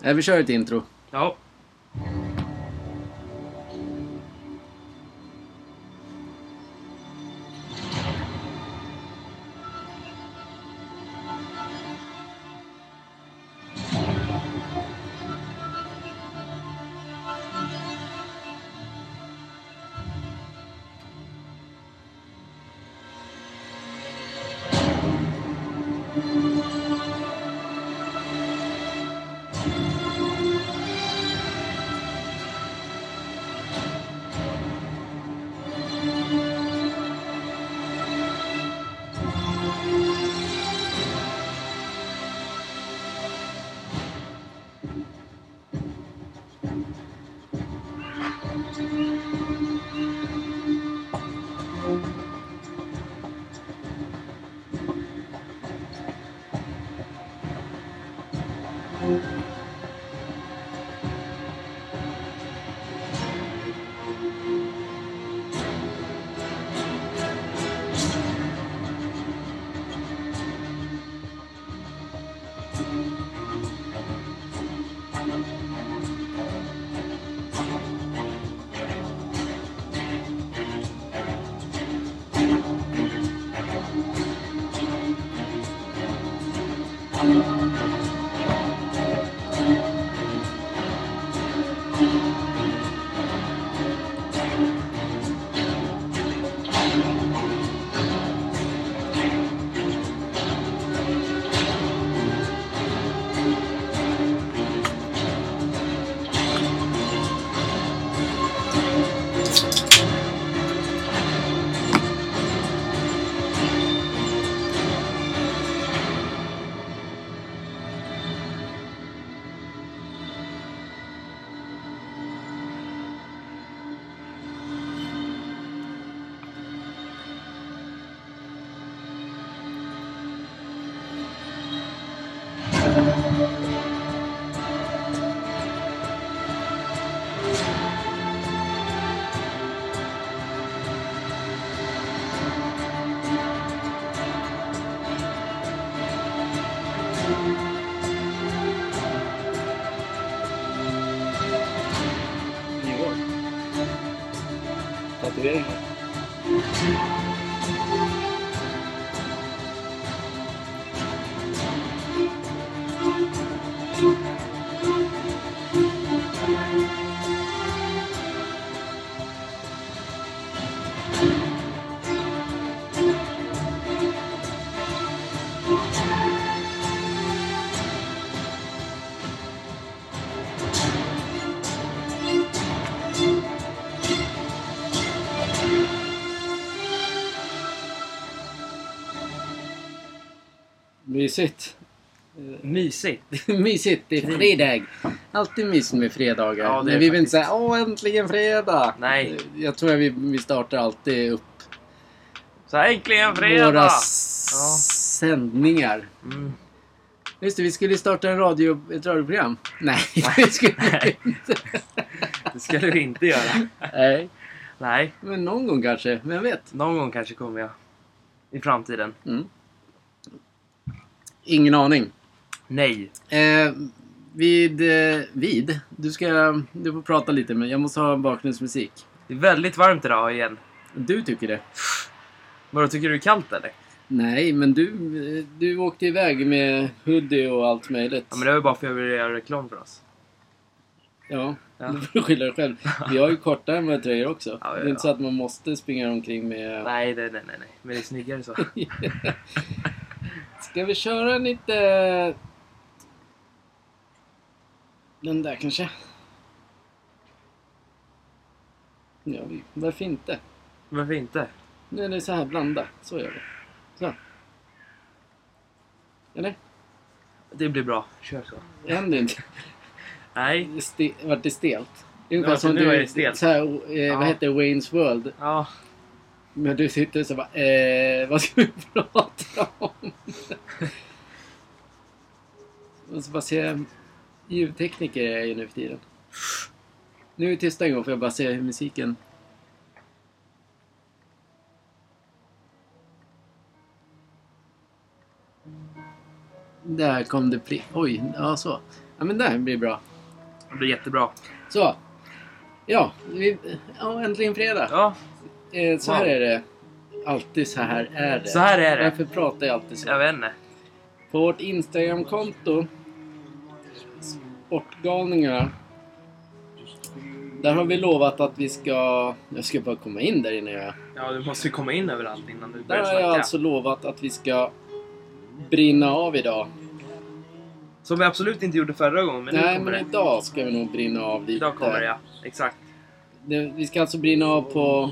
Nej, Eh, vi kör ett intro. Ja. Nyår. Tatueringar. Mysigt. Mysigt. mysigt. Det är fredag. Alltid mysigt med fredagar. Ja, det Nej, är vi vill inte faktiskt. säga åh äntligen fredag. Nej. Jag tror att vi, vi startar alltid upp Så här, äntligen våra fredag! s- Ja. sändningar. Mm. Just det, vi skulle starta en radio, ett radioprogram. Nej, vi skulle Nej. vi inte. Det ska du inte göra. Nej. Nej, Men någon gång kanske, vem vet? någon gång kanske kommer jag. I framtiden. Mm. Ingen aning. Nej. Eh, vid, eh, vid, du ska, du får prata lite men jag måste ha bakgrundsmusik. Det är väldigt varmt idag igen. Du tycker det? Vadå, tycker du det är kallt eller? Nej, men du, eh, du åkte iväg med hoodie och allt möjligt. Ja, men det var ju bara för att jag ville göra reklam för oss. Ja, Ja. du får skylla dig själv. Vi har ju kortare med tröjor också. Ja, ja, Det är ja. inte så att man måste springa omkring med... Nej, nej, nej, nej, nej. Men det är snyggare så. Ska vi köra en lite... Den där kanske? Ja, vi- varför inte? Varför inte? Nu är det så här, blanda. Så gör vi. Så. Eller? Det blir bra. Kör så. Det händer inte. Nej. Ste- vart det stelt? Det är ungefär Ja, som nu du, är det stelt. Så här, eh, Ja. Vad heter Wayne's World? Ja, Men du sitter så bara, eh, vad ska vi prata om? Och så bara se, ljudtekniker är jag ju nu för tiden. Nu är vi tysta en gång får jag bara se hur musiken... Där kom det pri... Oj, ja så. Ja men där blir bra. Det blir jättebra. Så. Ja, vi... ja äntligen fredag. Ja, Eh, så här Wow. är det. Alltid så här är det. Så här är det. Varför pratar jag alltid så? jag vet inte. På vårt Instagramkonto Sportgalningarna Där har vi lovat att vi ska... Jag ska bara komma in där innan jag... Ja, du måste ju komma in överallt innan du Där börjar har jag snacka. alltså lovat att vi ska brinna av idag. Som vi absolut inte gjorde förra gången, men nu Nej, kommer men det. idag ska vi nog brinna av lite. Idag kommer det, ja. Exakt. Det- Vi ska alltså brinna av på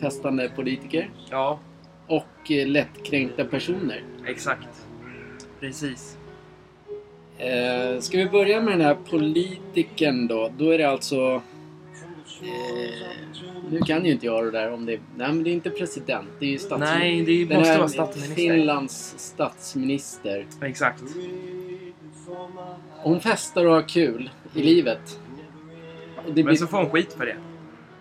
festande politiker Ja, och eh, lättkränkta personer. exakt. Precis. Eh, ska vi börja med den här politiken då? Då är det alltså... Eh, nu kan ju inte jag det där om det Nej men det är inte president, det är ju statsminister. Nej, det Den måste här vara statsminister. Finlands statsminister. Exakt. Hon festar och har kul i livet. Och Det blir, Men så får hon skit för det.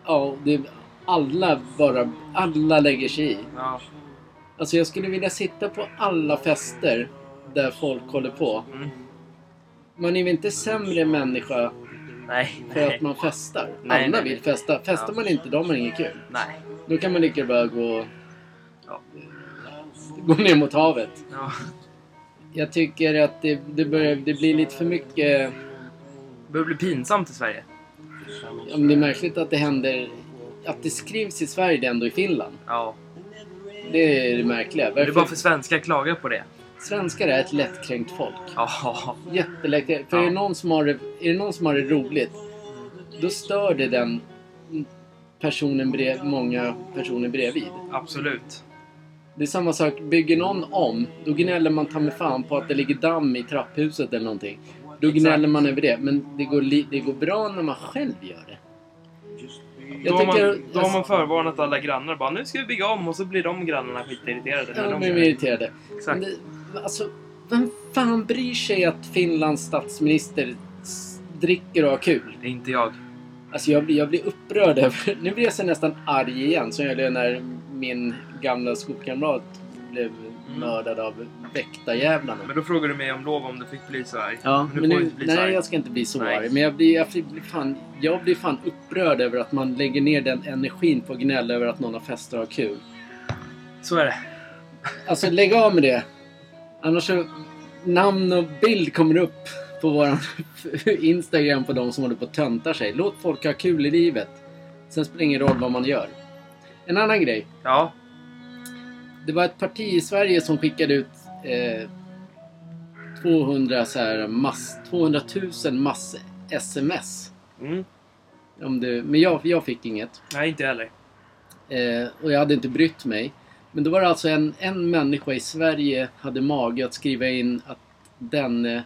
ja, det, alla bara... Alla lägger sig i. Ja. Alltså jag skulle vilja sitta på alla fester där folk håller på. Mm. Man är väl inte sämre människa Nej, För nej, att man festar. Nej, Alla nej, vill nej. festa. Festar Ja. man inte, då har man inget kul. nej. Då kan man lika gärna bara gå... Ja. Gå ner mot havet. Ja. Jag tycker att det, det, börjar, det blir lite för mycket... Det börjar bli pinsamt i Sverige. ja, men Det är märkligt att det händer... Att det skrivs i Sverige, det är ändå i Finland. Ja. Det är det märkliga. Det är Varför? bara för svenskar klagar på det. Svenskar är ett lättkränkt folk. Ja. Jättelättkränkt. För Ja. är, det någon som har det, är det någon som har det roligt, då stör det den personen brev, många personer bredvid. Absolut. Det är samma sak, bygger någon om, då gnäller man ta mig fan på att det ligger damm i trapphuset eller någonting. Då Exakt. gnäller man över det, men det går, li- det går bra när man själv gör det. Då Jag har, tycker... man, då har man förvarnat alla grannar bara nu ska vi bygga om och så blir de grannarna skitirriterade. jag, När jag de blir gör mer det. irriterade. Men Exakt. det, alltså, vem fan bryr sig att Finlands statsminister s- dricker och har kul? Det är inte jag. Alltså jag blir, jag blir upprörd över... Nu blir jag så nästan arg igen, som jag blev när min gamla skolkamrat blev Mm. mördad av väktarjävlarna. Men då frågar du mig om lov om du fick bli så arg. Ja, men du men får nu, inte bli så nej, arg. jag ska inte bli så Nej. arg. Men jag blir, jag, blir fan, jag blir fan upprörd över att man lägger ner den energin på att gnälla över att någon har fester och har kul. Så är det. Alltså lägg av med det! Annars så... Namn och bild kommer upp på våran Instagram på de som håller på och töntar sig. Låt folk ha kul i livet. Sen spelar det ingen roll vad man gör. En annan grej. Ja. Det var ett parti i Sverige som skickade ut eh, 200, så här, mass, 200 000 mass-sms. Mm. Om du, men jag, jag fick inget. Nej, inte jag heller. Eh, och jag hade inte brytt mig. Men då var det alltså en, en människa i Sverige hade mage att skriva in att den... Eh,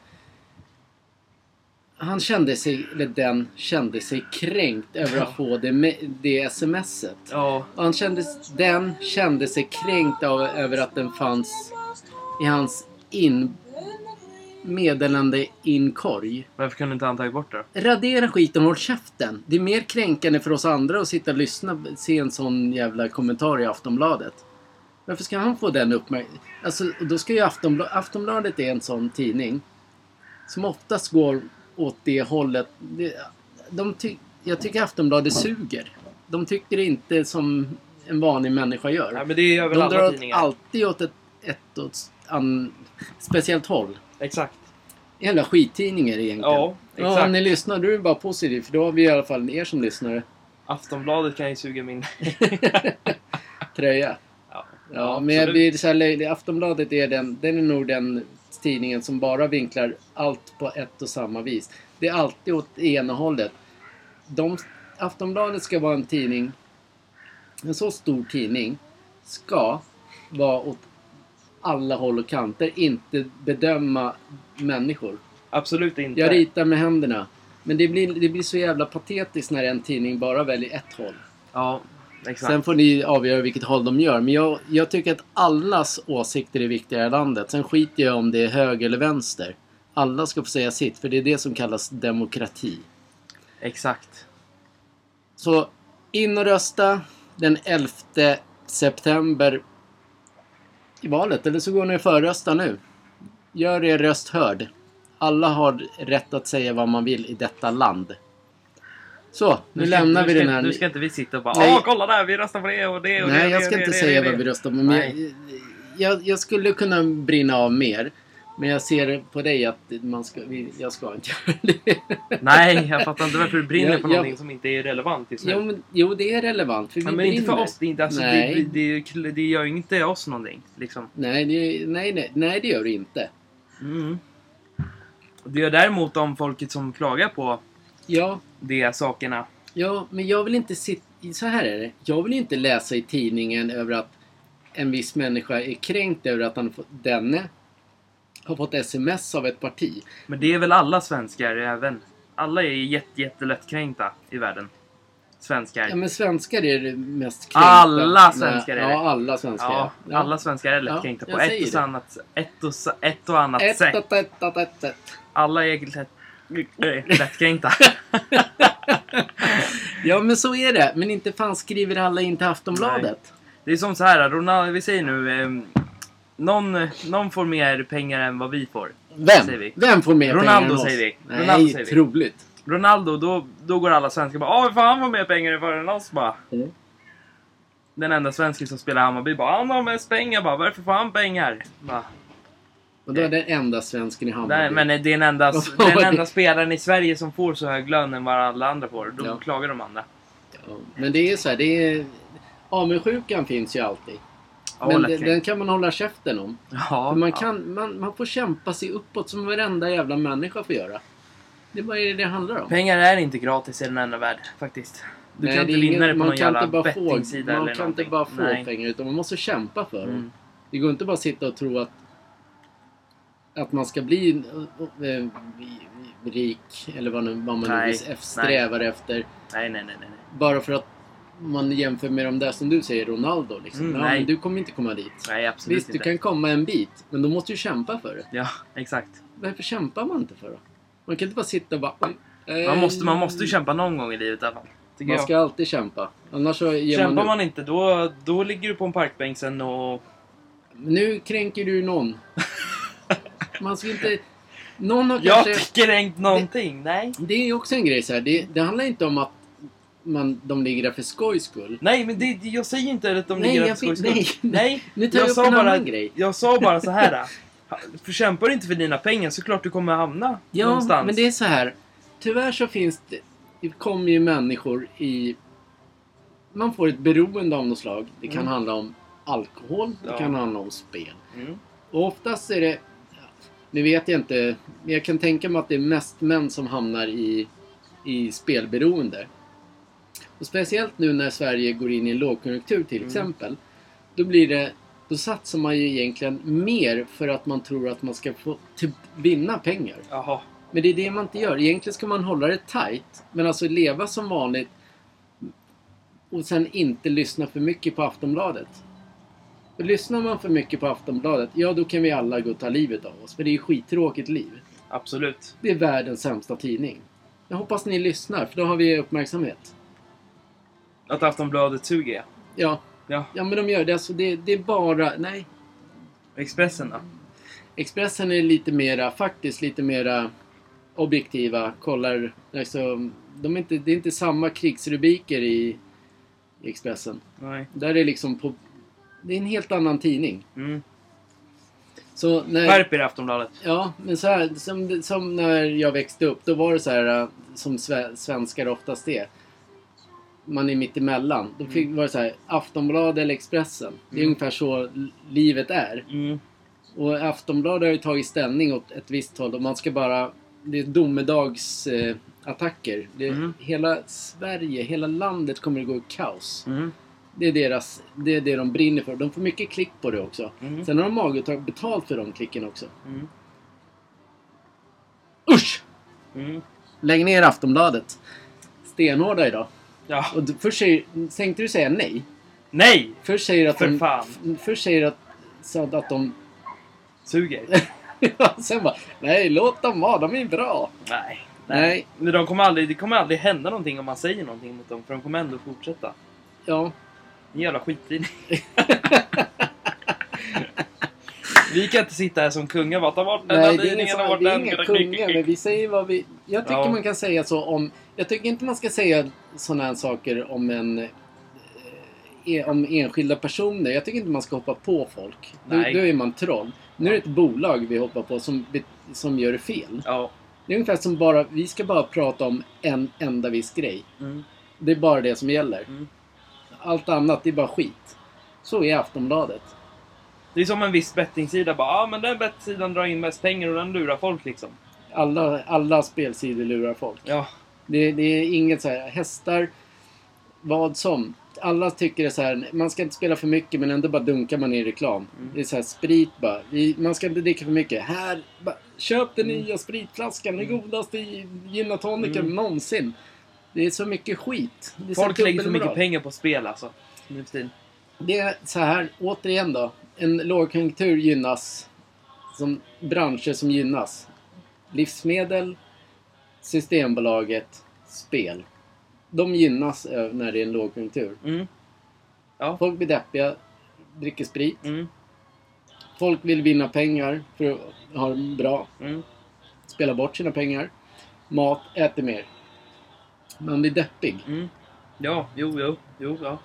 han kände sig, eller den kände sig kränkt över att få det, me- det smset. Ja. Och han kände, den kände sig kränkt av, över att den fanns i hans in, meddelande inkorg. Varför kunde inte han tagit bort det då? Radera skiten och håll käften. Det är mer kränkande för oss andra att sitta och lyssna se en sån jävla kommentar i Aftonbladet. Varför ska han få den uppmärksamheten? Alltså, och då ska ju Aftonbladet... Aftonbladet är en sån tidning som oftast går åt det hållet. Det- De ty... Jag tycker Aftonbladet suger. De tycker inte som en vanlig människa gör. Nej, men det gör väl De alla drar åt- tidningar. alltid åt ett, ett åt s- an... speciellt håll. Exakt. Jävla skittidningar egentligen. Ja, Ja, exakt. om ni lyssnar, då är det bara positivt för då har vi i alla fall er som lyssnare. Aftonbladet kan ju suga min... Tröja. Ja, Ja, men jag absolut. blir så här löjlig. Aftonbladet är den, den är nog den tidningen som bara vinklar allt på ett och samma vis. Det är alltid åt ena hållet. De, Aftonbladet ska vara en tidning, en så stor tidning, ska vara åt alla håll och kanter, inte bedöma människor. Absolut inte. Jag ritar med händerna. Men det blir, det blir så jävla patetiskt när en tidning bara väljer ett håll. Ja, exakt. Sen får ni avgöra vilket håll de gör. Men jag, jag tycker att allas åsikter är viktiga i landet. Sen skiter jag om det är höger eller vänster. Alla ska få säga sitt, för det är det som kallas demokrati. Exakt. Så in och rösta den 11 september i valet. Eller så går ni och förröstar nu. Gör er röst hörd. Alla har rätt att säga vad man vill i detta land. Så, nu, ska- lämnar nu vi ska, den här... Nu ska inte vi sitta och bara Nej. Åh, kolla där, vi röstar på det och det och det Nej, och jag det ska och det inte och det säga och det. vad vi röstar på. Men jag, Nej. jag, jag skulle kunna brinna av mer. Men jag ser på dig att man ska, vi- jag ska inte göra det. Nej, jag fattar inte varför du brinner Jag- för jag- någonting som inte är relevant just nu. Jo, men, jo det är relevant. För vi Nej, men inte för brinner. oss. Det, är inte, alltså, Nej. det, det, det, det gör ju inte oss någonting. Liksom. Nej, det, nej, nej, nej, det gör du inte. Mm. Det gör däremot de folket som klagar på Ja, de sakerna. ja, men jag vill inte sitta... Så här är det. Jag vill inte läsa i tidningen över att en viss människa är kränkt över att han, fått- denne har fått sms av ett parti. Men det är väl alla svenskar även. Alla är jätte, jättelättkränkta i världen. Svenskar. Ja, men svenskar är det mest kränkta. Alla svenskar är det. Ja, alla svenskar. Ja, Ja. alla svenskar är lättkränkta Ja, på jag ett och, säger det. annat, ett, och, sa- ett och annat Ett, sätt. ett, ett, ett, ett, ett. Alla är lätt, äh, lättkränkta. Ja, men så är det. Men inte fan skriver alla in till Aftonbladet. Det är som så här, Ronaldo, vi säger nu... ehm, någon, någon får mer pengar än vad vi får. Säger Vem? vi. Vem får mer Ronaldo pengar än oss? säger vi. Nej, Ronaldo säger vi. troligt. Ronaldo, då, då går alla svenskar bara Åh, fan han får mer pengar än vad oss bara. Mm. Den enda svensken som spelar i Hammarby bara Han har mest pengar bara, varför får han pengar? Bara, Och då är den enda svensken i Hammarby. Nej, men det är den enda, Vad det var är det? den enda spelaren i Sverige som får så hög lön än vad alla andra får. Då Ja. klagar de andra. Ja, men det är så här, det är... Avundsjukan finns ju alltid. Ja, men den, lättkränkta. den kan man hålla käften om. ja, För man, ja. kan, man, man får kämpa sig uppåt som varenda jävla människa får göra. Det är bara det det handlar om. Pengar är inte gratis i den enda världen faktiskt. Du Nej, kan det inte är ingen- vinna det på man någon kan jävla inte bara få- bettingsida Man eller kan inte någonting. bara få Nej. pengar utan man måste kämpa för dem. Mm. Det går inte bara att sitta och tro att, att man ska bli eh, rik eller vad, nu, vad man Nej, nu strävar efter. Nej, nej, nej, nej. nej. Bara för att man jämför med de där som du säger, Ronaldo. Liksom. Mm, ja, nej. men du kommer inte komma dit. Nej, absolut Visst, inte. du kan komma en bit, men då måste du kämpa för det. Ja, exakt. Varför kämpar man inte för det? Man kan inte bara sitta och bara... oj, eh, Man måste, man måste ju kämpa någon gång i livet i alla fall. Tycker Man jag. ska alltid kämpa. Annars så ger Kämpar man, man inte, då, då ligger du på en parkbänk sen och... upp. Nu kränker du någon. man ska inte... Någon har Jag kanske... tycker inte någonting, nej. Det är också en grej så här. Det, det handlar inte om att man, de ligger där för skojs skull. Nej, men det, jag säger inte att de Nej, ligger jag där för skojs fick- skull. Nej, Nu tar jag upp sa en bara, annan grej. Jag sa bara så här. För kämpar du inte för dina pengar så klart du kommer hamna Ja, någonstans. men det är så här. Tyvärr så finns det... Det kommer ju människor i... Man får ett beroende av något slag. Det kan Mm. handla om alkohol. Det Ja. kan handla om spel. Mm. Och oftast är det... Nu vet jag inte, men jag kan tänka mig att det är mest män som hamnar i, i spelberoende. Och speciellt nu när Sverige går in i en lågkonjunktur till Mm. exempel. Då blir det... Då satsar man ju egentligen mer för att man tror att man ska få typ, vinna pengar. Jaha. Men det är det man inte gör. Egentligen ska man hålla det tight. Men alltså leva som vanligt. Och sen inte lyssna för mycket på Aftonbladet. För lyssnar man för mycket på Aftonbladet, ja då kan vi alla gå och ta livet av oss. För det är ju skittråkigt liv. Absolut. Det är världens sämsta tidning. Jag hoppas ni lyssnar, för då har vi uppmärksamhet. Att Aftonbladet suger ja. Ja, ja. ja men de gör det. Alltså det, det är bara... Nej. Expressen då? Expressen är lite mera, faktiskt lite mera objektiva. Kollar, alltså, de är inte, det är inte samma krigsrubriker i i Expressen. Nej. Där är liksom på, det är en helt annan tidning. Mm. Så när, Skärp er Aftonbladet. ja, men så här, som, det- som när jag växte upp, då var det så här äh, som sve, svenskar oftast är. Man är mitt emellan. Då fick, var det så här, Aftonbladet eller Expressen. Det är Mm. ungefär så l- livet är. Mm. Och Aftonbladet har ju tagit ställning åt ett visst håll och man ska bara... Det är domedagsattacker. Eh, attacker. det, Mm. Hela Sverige, hela landet kommer att gå i kaos. Mm. Det är, deras, det är det de brinner för. De får mycket klick på det också. Mm. Sen har de mage att ta betalt för de klicken också. Mm. Usch! Mm. Lägg ner Aftonbladet. Stenhårda idag. Ja. Och du, först säger, tänkte du säga nej? Nej! Först säger att För de... fan. f- Först säger att, så att, att de... Suger. Sen bara, nej låt dem vara, de är bra. Nej. Nej, Men de kommer aldrig, det kommer aldrig hända någonting om man säger någonting mot dem, för de kommer ändå fortsätta. ja. En jävla skittidning. Vi kan inte sitta här som kungar. Vart har varit den? Nej, det är Tidningen ingen som, har varit vi är den. inga Knick, kungar, knick, men knick. vi säger vad vi... Jag tycker Ja. man kan säga så om... Jag tycker inte man ska säga sådana här saker om en... eh, e- Om enskilda personer. Jag tycker inte man ska hoppa på folk. Då, Nej. då är man troll. Nu är det ett bolag vi hoppar på som, be- som gör fel. Ja. Det är ungefär som bara... Vi ska bara prata om en enda viss grej. Mm. Det är bara det som gäller. Mm. Allt annat, det är bara skit. Så är Aftonbladet. Det är som en viss bettingsida. Bara, ah, men den bettingsidan drar in mest pengar och den lurar folk liksom. Alla, alla spelsidor lurar folk. Ja. Det, det är inget så här, hästar, vad som. Alla tycker det är så här, man ska inte spela för mycket men ändå bara dunkar man i reklam. Mm. Det är så här, sprit bara. Vi, man ska inte dricka för mycket. Här, bara, köp den nya spritflaskan, den Mm. godaste i- gin och tonicen Mm. någonsin. Det är så mycket skit. Det är så Folk lägger för dubbelmoral. mycket pengar på spel alltså. Nu för tiden. Det är så här, återigen då. En lågkonjunktur gynnas som branscher som gynnas. Livsmedel, Systembolaget, spel. De gynnas eh, när det är en lågkonjunktur. Mm. Folk blir deppiga, dricker sprit. Mm. Folk vill vinna pengar för att ha det bra. Mm. Spela bort sina pengar. Mat, äter mer. Man blir deppig. Mm. Ja, jo, jo, jo, ja.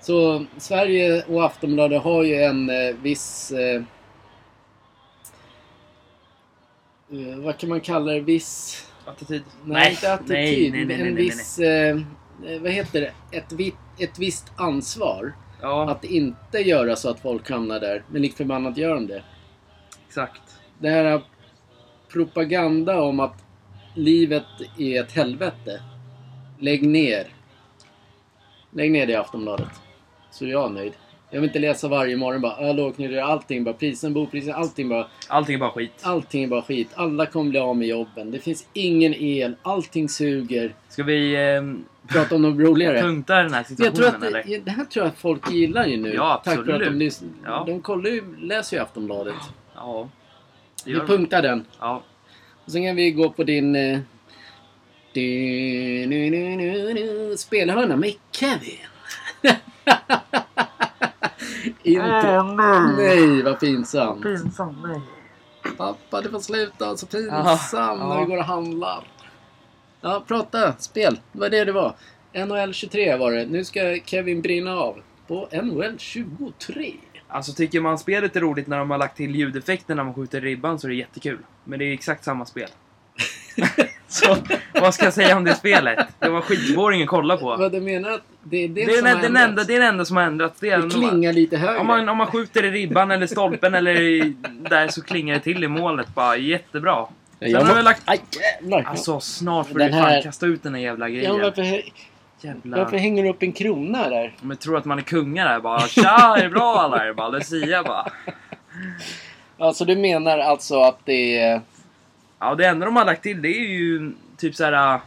Så Sverige och Aftonbladet har ju en eh, viss... Eh, eh, vad kan man kalla det? Viss... Attityd. Nej, inte attityd. nej, nej, men nej, en nej, nej. viss... Eh, eh, vad heter det? Ett, vitt, ett visst ansvar. Ja, Att inte göra så att folk hamnar där. Men lik förbannat gör de det. exakt. Det här propaganda om att livet är ett helvete. Lägg ner. Lägg ner det i Aftonbladet. Så är jag nöjd. Jag vill inte läsa varje morgon bara "Ah, lågkonjunktur, allting bara prisen, bopriser, allting bara Allting är bara skit. allting är bara skit. Alla kommer bli av med jobben. Det finns ingen el, allting suger. Ska vi ehm, Prata om något roligare. punkta den här Jag situationen tror att eller? det, det här tror jag att folk gillar ju nu. Ja, tack för att de absolut. lyssnar. Ja. De kollar ju, läser ju Aftonbladet. Ja. Det Vi gör vi. punktar den. Ja. Och sen kan vi gå på din... Eh, du, nu, nu, nu, nu, spelhörna med Kevin. Inte... Nej, vad pinsamt. Pinsam, nej. Pappa, du får sluta. Så Ja, pinsam när ja. vi går och handlar. Ja, prata. Spel. Det var det det var. NHL 23 var det. Nu ska Kevin brinna av på NHL 23. Alltså tycker man spelet är roligt när de har lagt till ljudeffekter när man skjuter ribban så är det jättekul. Men det är exakt samma spel. så vad ska jag säga om det spelet? Det var skitboring att kolla på. Vad du menar att det är det, Det är som den, har den, ändrats? enda, det är den enda som har ändrats. Det är det den bara- klingar lite högre. om, man, om man skjuter i ribban eller stolpen eller i, där så klingar det till i målet bara jättebra. Ja, Sen har må- vi lagt... Aj, jävlar. Alltså snart får Den du här- fan kasta ut den här jävla ja, men grejen. varför, hä- Jävla... varför hänger du upp en krona där? Men tror att man är kungar där bara. Tja, är det bra alla? Bara, Lucia bara. Alltså du menar alltså att det är... Ja, det enda de har lagt till det är ju typ så här. äh,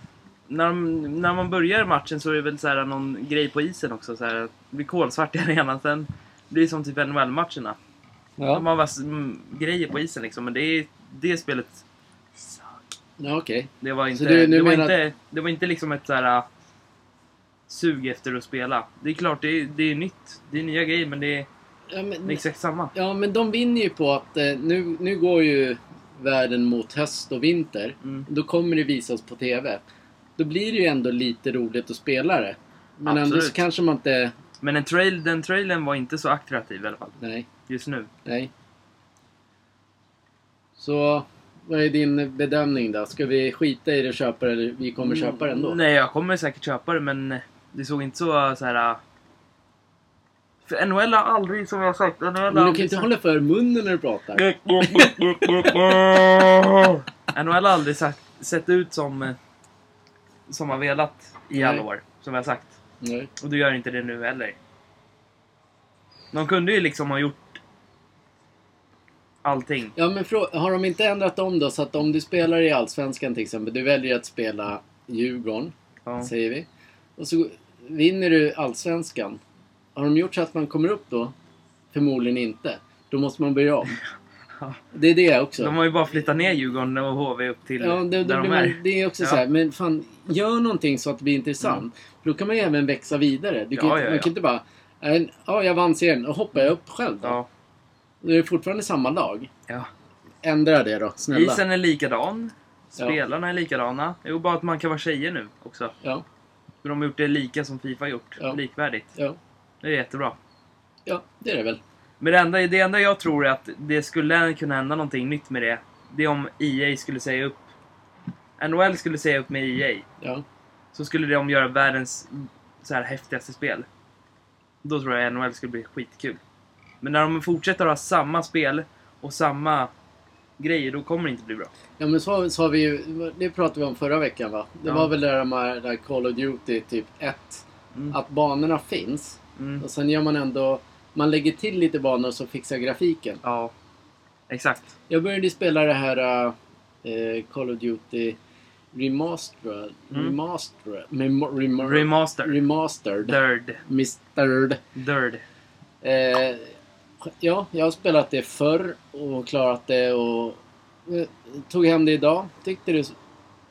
När, de, när man börjar matchen så är det väl så här någon grej på isen också. Så här, det blir kolsvart i arenan. Sen blir det som typ NHL-matcherna. Ja, De har vass, mm, grejer på isen liksom. Men det är det spelet. ja okej. Det var inte, Så du- du det, var menar- inte det var inte liksom ett så här äh, sug efter att spela. Det är klart, det är, det är nytt. Det är nya grejer, men det är, Ja, det är men, exakt samma. ja, men de vinner ju på att eh, nu, nu går ju världen mot höst och vinter. Mm. Då kommer det visas på TV. Då blir det ju ändå lite roligt att spela det. Men ändå så Absolut. kanske man inte... Men en trail, den trailern var inte så attraktiv i alla fall. Nej, Just nu. nej. Så vad är din bedömning då? Ska vi skita i det och köpa det eller vi kommer köpa det ändå? Mm, Nej, jag kommer säkert köpa det, men det såg inte så, så här... äh, För NHL har aldrig, som jag har sagt, NHL har Men du kan ju aldrig... inte hålla för munnen när du pratar. NHL har aldrig sagt, sett ut som, eh, som man velat i alla Nej. år, som jag har sagt. Nej. Och du gör inte det nu heller. De kunde ju liksom ha gjort allting. Ja, men frå- har de inte ändrat om då? Så att om du spelar i Allsvenskan till exempel, du väljer att spela Djurgården, Ja. säger vi. Och så vinner du Allsvenskan. Har de gjort så att man kommer upp då? Förmodligen inte. Då måste man börja om. Ja. Det är det också. De har ju bara flyttat ner Djurgården och HV upp till Ja, det, där då blir de man, är. det är också Ja. så Mm. här, men fan, gör någonting så att det blir intressant. För då kan man ju även växa vidare. Du kan Ja, inte, "Äh, ja, man ja. kan inte bara, "Nej, ja, jag vann serien, och hoppar jag upp själv då? Ja. Och det är fortfarande samma lag. Ja. Ändra det då, snälla. Isen är likadan. Ja. Spelarna är likadana. Jo, bara att man kan vara tjejer nu också. Ja, För de har gjort det lika som Fifa gjort. Ja. Likvärdigt. ja, Det är jättebra. ja, det är det väl. Men det enda, det enda jag tror är att det skulle kunna hända någonting nytt med det. Det är om EA skulle säga upp... NHL skulle säga upp med EA. Ja. Så skulle de göra världens så här häftigaste spel. Då tror jag NHL skulle bli skitkul. Men när de fortsätter ha samma spel och samma grejer, då kommer det inte bli bra. Ja men så, så har vi ju, det pratade vi om förra veckan va? Det Ja. var väl det där med där Call of Duty typ 1. Mm. Att banorna finns. Mm. Och sen gör man ändå, man lägger till lite banor så fixar grafiken. Ja, exakt. Jag började ju spela det här eh, Call of Duty Remastered. Mm. Remastered. Memo- remo- Remaster. remastered. Dird. Mistered. Dird. Eh, ja, jag har spelat det förr och klarat det och eh, tog hem det idag. Tyckte det...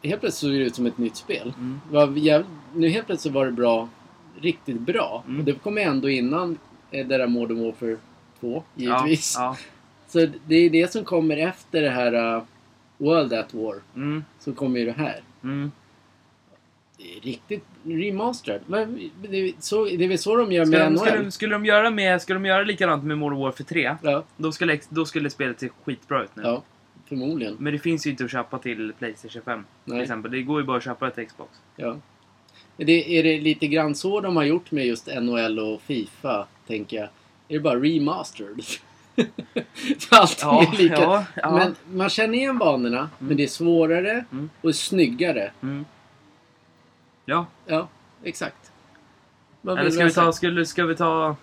Helt plötsligt såg det ut som ett nytt spel. Mm. Det Var jäv, nu helt plötsligt var det bra. Riktigt bra. Mm. Och det kom ju ändå innan eh, det där Modern Warfare 2, givetvis. Ja, Så det är det som kommer efter det här eh, World at War. ja. Mm. Så kommer ju det här. Mm. Det är riktigt remastered. Men det, är så, det är väl så de gör Skulle, med de, NHL? skulle, de, skulle, de göra med, skulle de göra likadant med Modern Warfare 3, Ja, då skulle, ex- då skulle spelet se skitbra ut nu. ja, förmodligen. Men det finns ju inte att köpa till Playstation 5. Till Nej. exempel. Det går ju bara att köpa till Xbox. Ja. Men Det, är det lite grann så de har gjort med just NHL och Fifa, tänker jag? Är det bara remastered? För Allting Ja, är lika. ja, ja. Men man känner igen banorna, men det är svårare Mm. och snyggare. Mm. Ja. Ja, exakt. Vad Eller vill ska jag vi ta... säga? Skulle, ska vi ta...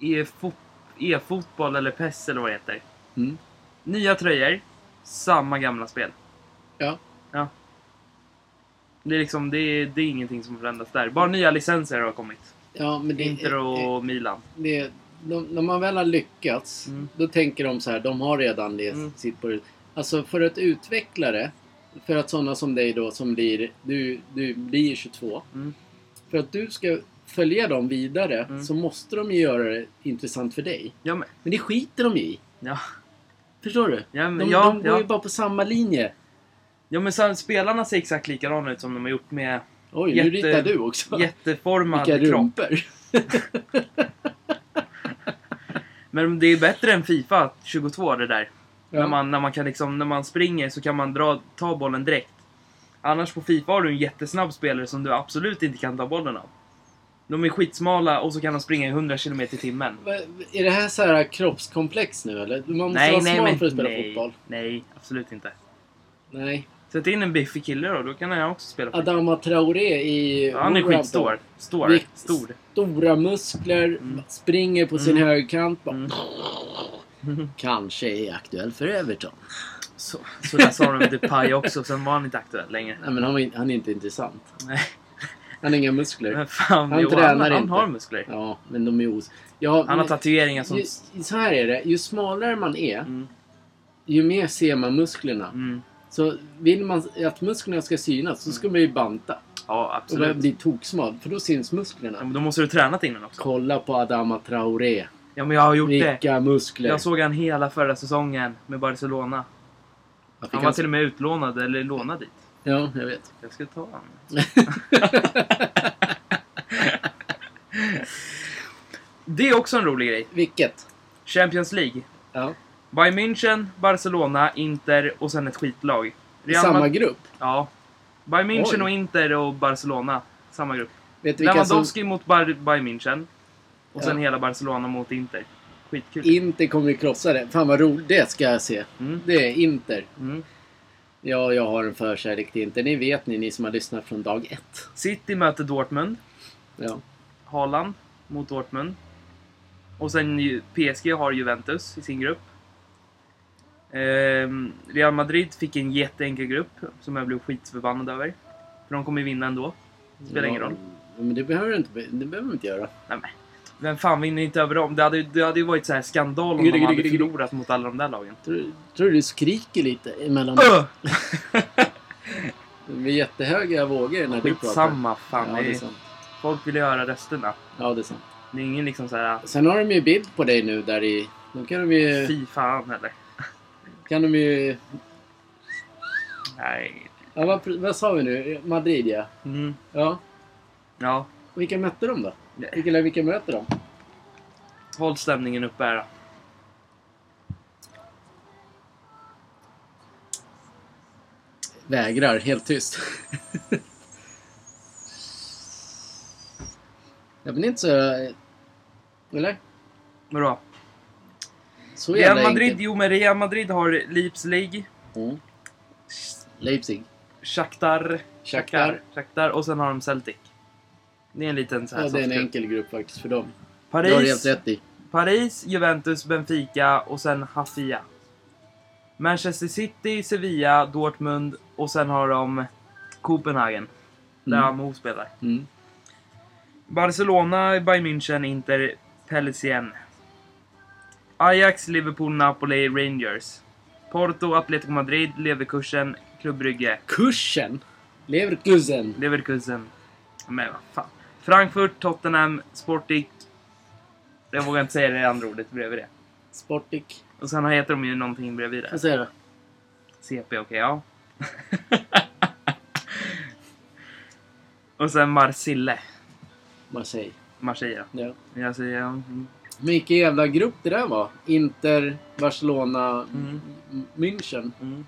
E-fot- E-fotboll eller PES eller vad det heter. Mm. Nya tröjor. Samma gamla spel. Ja. Ja. Det är liksom, det är, det är ingenting som förändras där. Bara nya licenser har kommit. Ja, men det, eh, Inter och Milan. det, de, när man väl har lyckats, Mm. då tänker de så här, de har redan det, Mm. sitt på det. Alltså för att utveckla det, för att sådana som dig då som blir, du, du blir 22. Mm. För att du ska följa dem vidare Mm. så måste de ju göra det intressant för dig. Ja, men, Men det skiter de i. ja. Förstår du? Ja, men, De, ja, de går ja. ju bara på samma linje. Ja men sen, spelarna ser exakt likadana ut som de har gjort med Oj, Jätte- nu ritar du också. jätteformad Vilka kropp. rumpor. Men det är bättre än Fifa 22 det där. När, man, när, man kan liksom, när man springer så kan man dra, ta bollen direkt. Annars på Fifa har du en jättesnabb spelare som du absolut inte kan ta bollen av. De är skitsmala och så kan de springa i 100 km i timmen. Va- Är det här så här kroppskomplex nu eller? Man måste Nej, vara nej, smal men, för att spela nej, fotboll. nej, absolut inte. Nej. Sätt in en biffig kille då, då kan han också spela. fotboll. Adama Traoré i... han är Wolverhampton. skitstor. Stor. Vikt- Stor. Mm. Stora muskler, springer på sin högerkant. Bara... Mm. Kanske är aktuell för Everton. Så, så där sa de om Depay också, sen var han inte aktuell längre. Nej, men han, var in- han är inte intressant. Nej. Han har inga muskler. Men fan, Han jo, tränar han, han inte. har muskler. Ja, men de är os... Ja, Han har men- tatueringar som... ju, Så här är det. Ju smalare man är, Mm, ju mer ser man musklerna. mm. Så vill man att musklerna ska synas så ska man ju banta. Ja, Och börja Mm. absolut. bli toksmal, för då syns Ja, musklerna. men då måste du ha tränat innan också. Kolla på Adama Traoré. Ja, men jag har gjort det. Vilka muskler! Jag såg han hela förra säsongen med Barcelona. Jag fick Han var hans- till och med utlånad, eller lånad dit. Ja, jag vet. Jag ska ta honom. Det är också en rolig grej. Vilket? Champions League. Ja. Bayern München, Barcelona, Inter och sen ett skitlag. I Real samma Mad- grupp. Ja. Bayern München Oj. och Inter och Barcelona. Samma grupp. Vet du vilka som... Lewandowski mot Bar- Bayern München. Och sen Ja. hela Barcelona mot Inter. Skitkul. Inte kommer ju krossa det. Fan vad roligt. Det ska jag se. Mm. Det är Inter. Mm. Ja, jag har en förkärlek till Inter. Ni vet ni, ni som har lyssnat från dag ett. City möter Dortmund. Ja. Haaland mot Dortmund. Och sen ju- PSG har Juventus i sin grupp. Ehm, Real Madrid fick en jätteenkel grupp som jag blev skitförbannad över. För de kommer ju vinna ändå. Spelar ingen Ja, roll. Men det behöver du inte, det behöver du inte göra. Nej, men. Vem fan vinner inte över dem? Det hade, det hade ju varit så här skandal om de hade förlorat mot alla de där lagen. Tror, tror du du skriker lite emellan? Öh! Det blir jättehöga vågor när du pratar. Skitsamma, fan. Ja, det det är är, sant. folk vill ju höra rösterna. Ja, det är sant. Det är ingen liksom så här Sen har de ju bild på dig nu där i... Då kan de ju... fy fan eller. Kan de ju Nej. ja, vad, vad sa vi nu? Madrid ja. Mm. ja. Ja, Vilka mötte de då? Nej. Vilka, eller vilka möter de? håll stämningen uppe här då. Vägrar, helt tyst. Jag blir inte så... Eller? Vadå? Så Real jävla Madrid, enkelt. jo men Real Madrid har Leipzig, Mm. Leipzig. Shakhtar, Shakhtar. Shakhtar och sen har de Celtic. Det är en liten så här Ja, det är en soft- enkel grupp faktiskt Alltså, för dem. Det har du helt Paris, rätt i. Paris, Juventus, Benfica och sen Hafia. Manchester City, Sevilla, Dortmund och sen har de Copenhagen. Där Mm. Amo spelar. Mm. Barcelona, Bayern München, Inter, Pellicien. Ajax, Liverpool, Napoli, Rangers. Porto, Atletico Madrid, Leverkusen, Club Brugge, Kursen! Leverkusen! Leverkusen. Men vad fan. Frankfurt, Tottenham, Sporting. Jag vågar inte säga det andra ordet bredvid det. Sportic. Och sen heter de ju någonting bredvid det. Vad säger du? CP, okej, ja. Och sen Marsille. Marseille. Marseille. Ja. då. Jag säger... mm, Vilken jävla grupp det där var. Inter, Barcelona, Mm. M- München. Mm.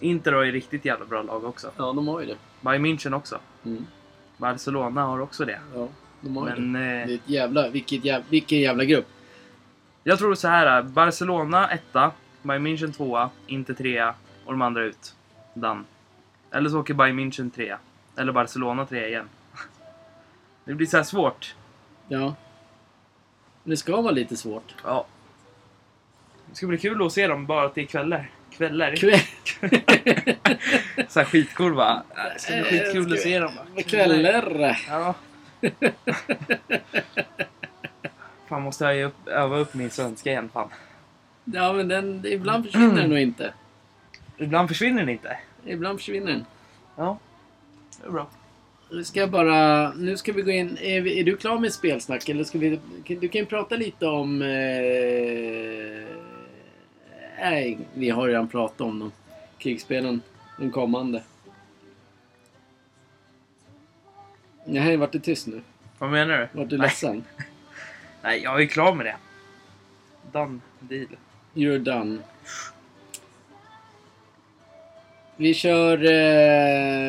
Inter har ju riktigt jävla bra lag också. Ja, de har ju det. Bayern München också. Mm. Barcelona har också det. Ja, de har ju det. Men Det eh, är ett jävla, vilket jävla, vilken jävla grupp. jag tror så här. eh, Barcelona etta, Bayern München tvåa, Inter trea och de andra ut. Dan. Eller så åker Bayern München trea. Eller Barcelona trea igen. Det blir så här svårt. Ja. Det ska vara lite svårt. Ja. Det ska bli kul att se dem bara till kvällar. Kvällar? så här skitcool va? Det ska bli Eh, skitkul ska att vi- se dem. va? Kvällar. Ja. fan, måste jag ju upp, öva upp min svenska igen fan. Ja, men den, ibland försvinner den nog inte. Ibland försvinner den inte. Ibland försvinner den. Ja. Det är bra. Nu ska jag bara... Nu ska vi gå in... Är, vi, är du klar med spelsnack? Eller ska vi... kan- Du kan ju prata lite om... Eh, nej, vi har redan pratat om dem. Krigsspelen. De kommande. Nej, vart det tyst nu? Vad menar du? Vart du Nej. ledsen? Nej, jag är klar med det. Done Mm. deal. You're done. Vi kör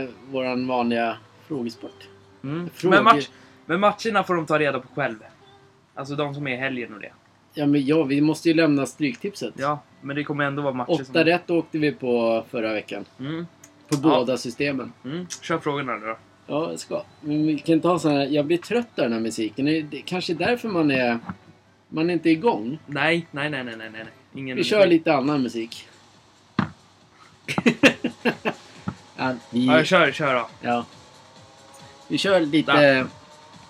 eh, våran vanliga frågesport. Mm. Frågor. Men, match, men matcherna får de ta reda på själv. Alltså de som är i helgen och det. Ja, men ja, vi måste ju lämna stryktipset. Ja, men det kommer ändå vara matcher Åtta som... rätt åkte vi på förra veckan. Mm. På Ja. båda systemen. Mm. Kör frågorna nu då. Ja, jag ska. Men vi kan inte ha sån här... Jag blir trött av den här musiken. Det är kanske därför man är... Man är inte igång. Nej, nej, nej, nej, nej, nej. Ingen Vi kör lite annan musik. ja, vi, Ja, kör, kör då. ja. vi kör lite Ja.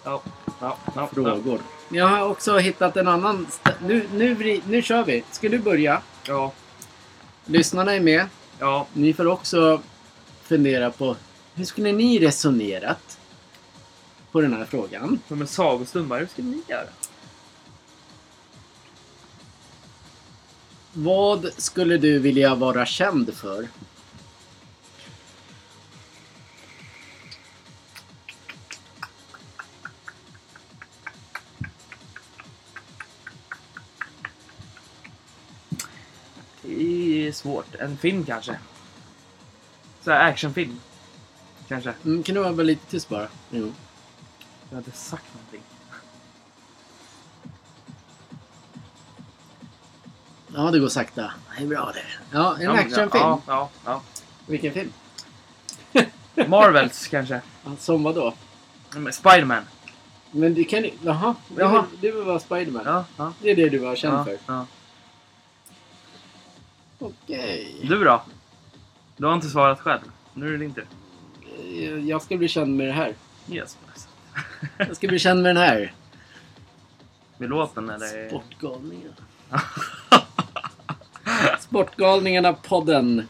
Ja, ja, ja, ja. frågor. Jag har också hittat en annan... st- Nu, nu, vri- nu kör vi. Ska du börja? ja, Lyssnarna är med. ja. Ni får också fundera på hur skulle ni resonerat på den här frågan? Som en sagostund bara. Hur ska ni göra? Vad skulle du vilja vara känd för? Det är svårt. En film kanske? Så här actionfilm? Kanske. Mm, kan du vara lite tyst bara? Jo. Jag hade sagt någonting. Ja, det går sakta. Det är bra det. Ja, en Ja, men- actionfilm. Ja, ja, ja. Vilken film? Marvels kanske. Ja, Som vad då? Nej, men Spiderman. Men du kan ju... Jaha, du, Jaha. Vill, du vill vara Spiderman? Ja, ja. Det är det du var känd ja, för? ja. Okej. Du då? Du har inte svarat själv. Nu är det inte. Eh, Jag ska bli känd med det här. Yes. Jag ska bli känd med den här. Med låten eller? Sportgalningarna. Sportgalningarna-podden.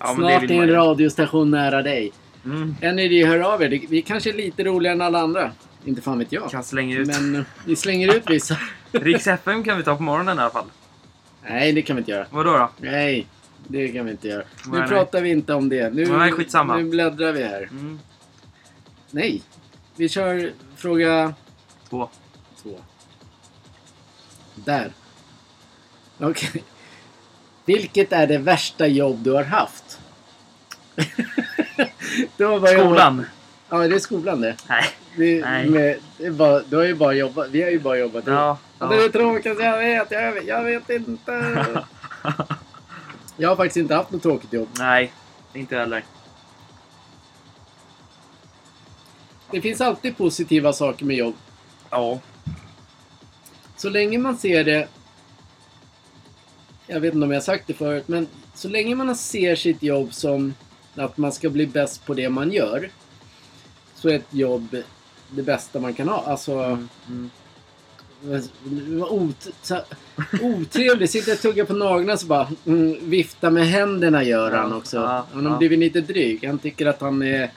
Ja, men det Snart vill är man en ju. radiostation nära dig. Mm. En idé, hör av er. Vi kanske är lite roligare än alla andra. Inte fan vet jag. Kan slänga ut. Men eh, vi slänger ut vissa. Riks FM kan vi ta på morgonen i alla fall. Nej, det kan vi inte göra. Vadå då? Nej, det kan vi inte göra. Nu Nej, nej. pratar vi inte om det. Nu, Nej, skitsamma. nu bläddrar vi här. Mm, Nej, vi kör fråga två. två. Där. Okej. Vilket är det värsta jobb du har haft? det var bara Skolan. Ja, det är skolan det. Nej. Vi, Nej. Med, det är bara, du har ju bara jobbat, vi har ju bara jobbat Ja. Ja. Det är ja. det tråkigaste jag vet, jag vet, jag vet inte. jag har faktiskt inte haft något tråkigt jobb. Nej. Inte heller. Det finns alltid positiva saker med jobb. Ja. Så länge man ser det... Jag vet inte om jag har sagt det förut, men så länge man ser sitt jobb som att man ska bli bäst på det man gör, så är ett jobb det bästa man kan ha. Alltså... Mm, mm. Vad Ot så- otrevlig. Sitter och tuggar på naglarna så bara mm, vifta med händerna gör han Ja, också. ja, han har ja. blivit lite dryg. Han tycker att han är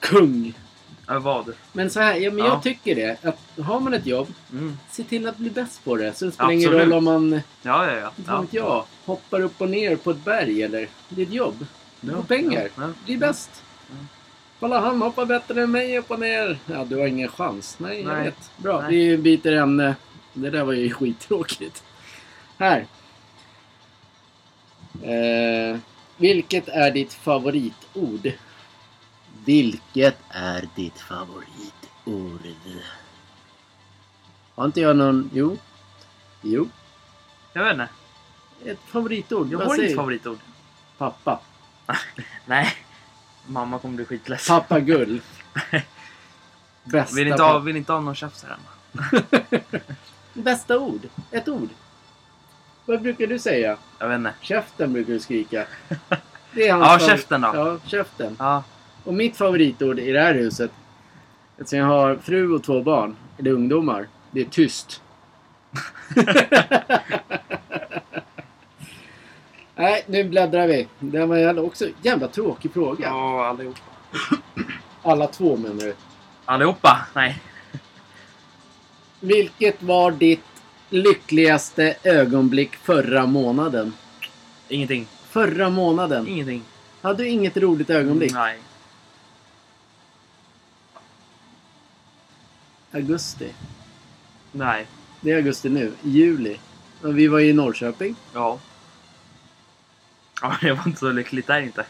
kung. Ja, vad? Men så här, ja, men Ja. jag tycker det. Att har man ett jobb, Mm. se till att bli bäst på det. Så det spelar ingen Absolut. roll om man, Ja, ja, ja. inte ja. vet jag, hoppar upp och ner på ett berg eller det är ett jobb. Du får pengar. Ja, ja. Bli bäst. Ja. Kolla, han hoppar bättre än mig upp och ner. Ja, du har ingen chans. Nej, jag Nej. vet. Bra, Nej. vi byter ämne. Det där var ju skittråkigt. Här. Eh, vilket är ditt favoritord? Vilket är ditt favoritord? Har inte jag någon... Jo. Jo. Jag vet inte. Ett favoritord. Jag Vad har inget säger- favoritord. Pappa. Nej. Mamma kommer bli skitledsen. Pappa Gull. Bästa Vill inte ha, vill inte ha någon tjafs här hemma. Bästa ord. Ett ord. Vad brukar du säga? Jag vet inte. Käften brukar du skrika. Det är hans Ja, favor- käften då. Ja, käften. Ja. Och mitt favoritord i det här huset, eftersom jag har fru och två barn, eller ungdomar, det är tyst. Nej, nu bläddrar vi. Det var jävla- också en jävla tråkig fråga. Ja, allihopa. Alla två menar du. Allihopa? Nej. Vilket var ditt lyckligaste ögonblick förra månaden? Ingenting. Förra månaden? Ingenting. Hade du inget roligt ögonblick? Nej. Augusti. Nej. Det är augusti nu. I Juli. Och vi var i Norrköping. Ja. Ja, det var inte så lyckligt där inte.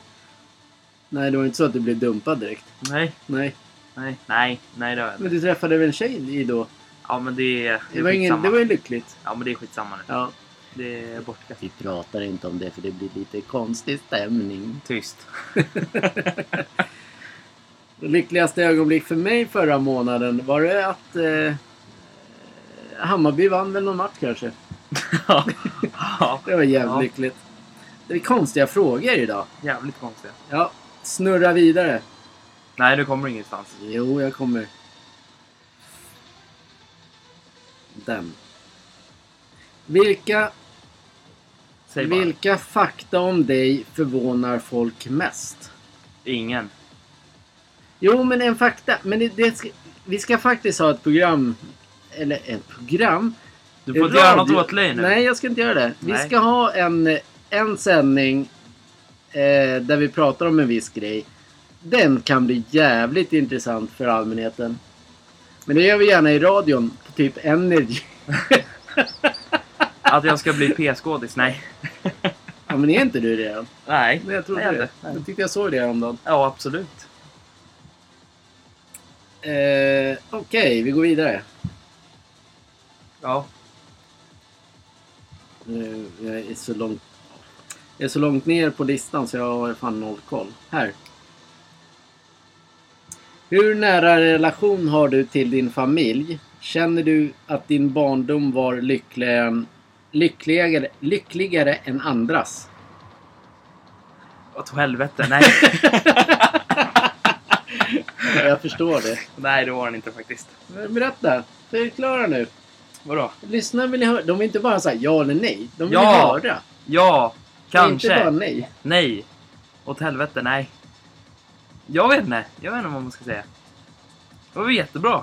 Nej, det var inte så att du blev dumpad direkt. Nej. Nej. Nej. Nej. Nej, det var jag inte. Men du träffade väl en tjej i då? Ja, men det är, det Det är var, ingen, skitsamma. det var ju lyckligt. Ja, men det är skitsamma nu. Ja. Det är bortkastat. Vi pratar inte om det för det blir lite konstig stämning. Tyst. Det lyckligaste ögonblick för mig förra månaden var det att eh, Hammarby vann väl någon match kanske. ja. ja. Det var jävligt Ja. lyckligt. Det är konstiga frågor idag. Jävligt konstiga. Ja, snurra vidare. Nej, du kommer ingenstans. Jo, jag kommer. Den. Vilka, Säg bara. vilka fakta om dig förvånar folk mest? Ingen. Jo, men en fakta. Men det, det ska, vi ska faktiskt ha ett program. Eller ett program. Du får inte göra något Radio- åt dig nu. Nej, jag ska inte göra det. Vi Nej. ska ha en, en sändning eh, där vi pratar om en viss grej. Den kan bli jävligt intressant för allmänheten. Men det gör vi gärna i radion, på typ Energy. Att jag ska bli p-skådis? Nej. Ja, men är inte du det? då? Nej. Nej, jag trodde Nej, det. inte. Nej. Jag tyckte jag såg det häromdagen. Ja, absolut. Eh, Okej, vi går vidare. Ja. Eh, jag, är så långt, jag är så långt ner på listan så jag har fan noll koll. Här. Hur nära relation har du till din familj? Känner du att din barndom var lyckligare, lyckligare, lyckligare än andras? Åt helvete. Nej. Ja, Jag förstår det. Nej, det var den inte faktiskt. Men Berätta. Förklara nu. Vadå? Lyssna vill höra. De vill inte bara säga ja eller nej. De vill Ja, höra. Ja, Det är Inte bara kanske. nej. Nej. Åt helvete, nej. Jag vet inte. Jag vet inte vad man ska säga. Det var väl jättebra.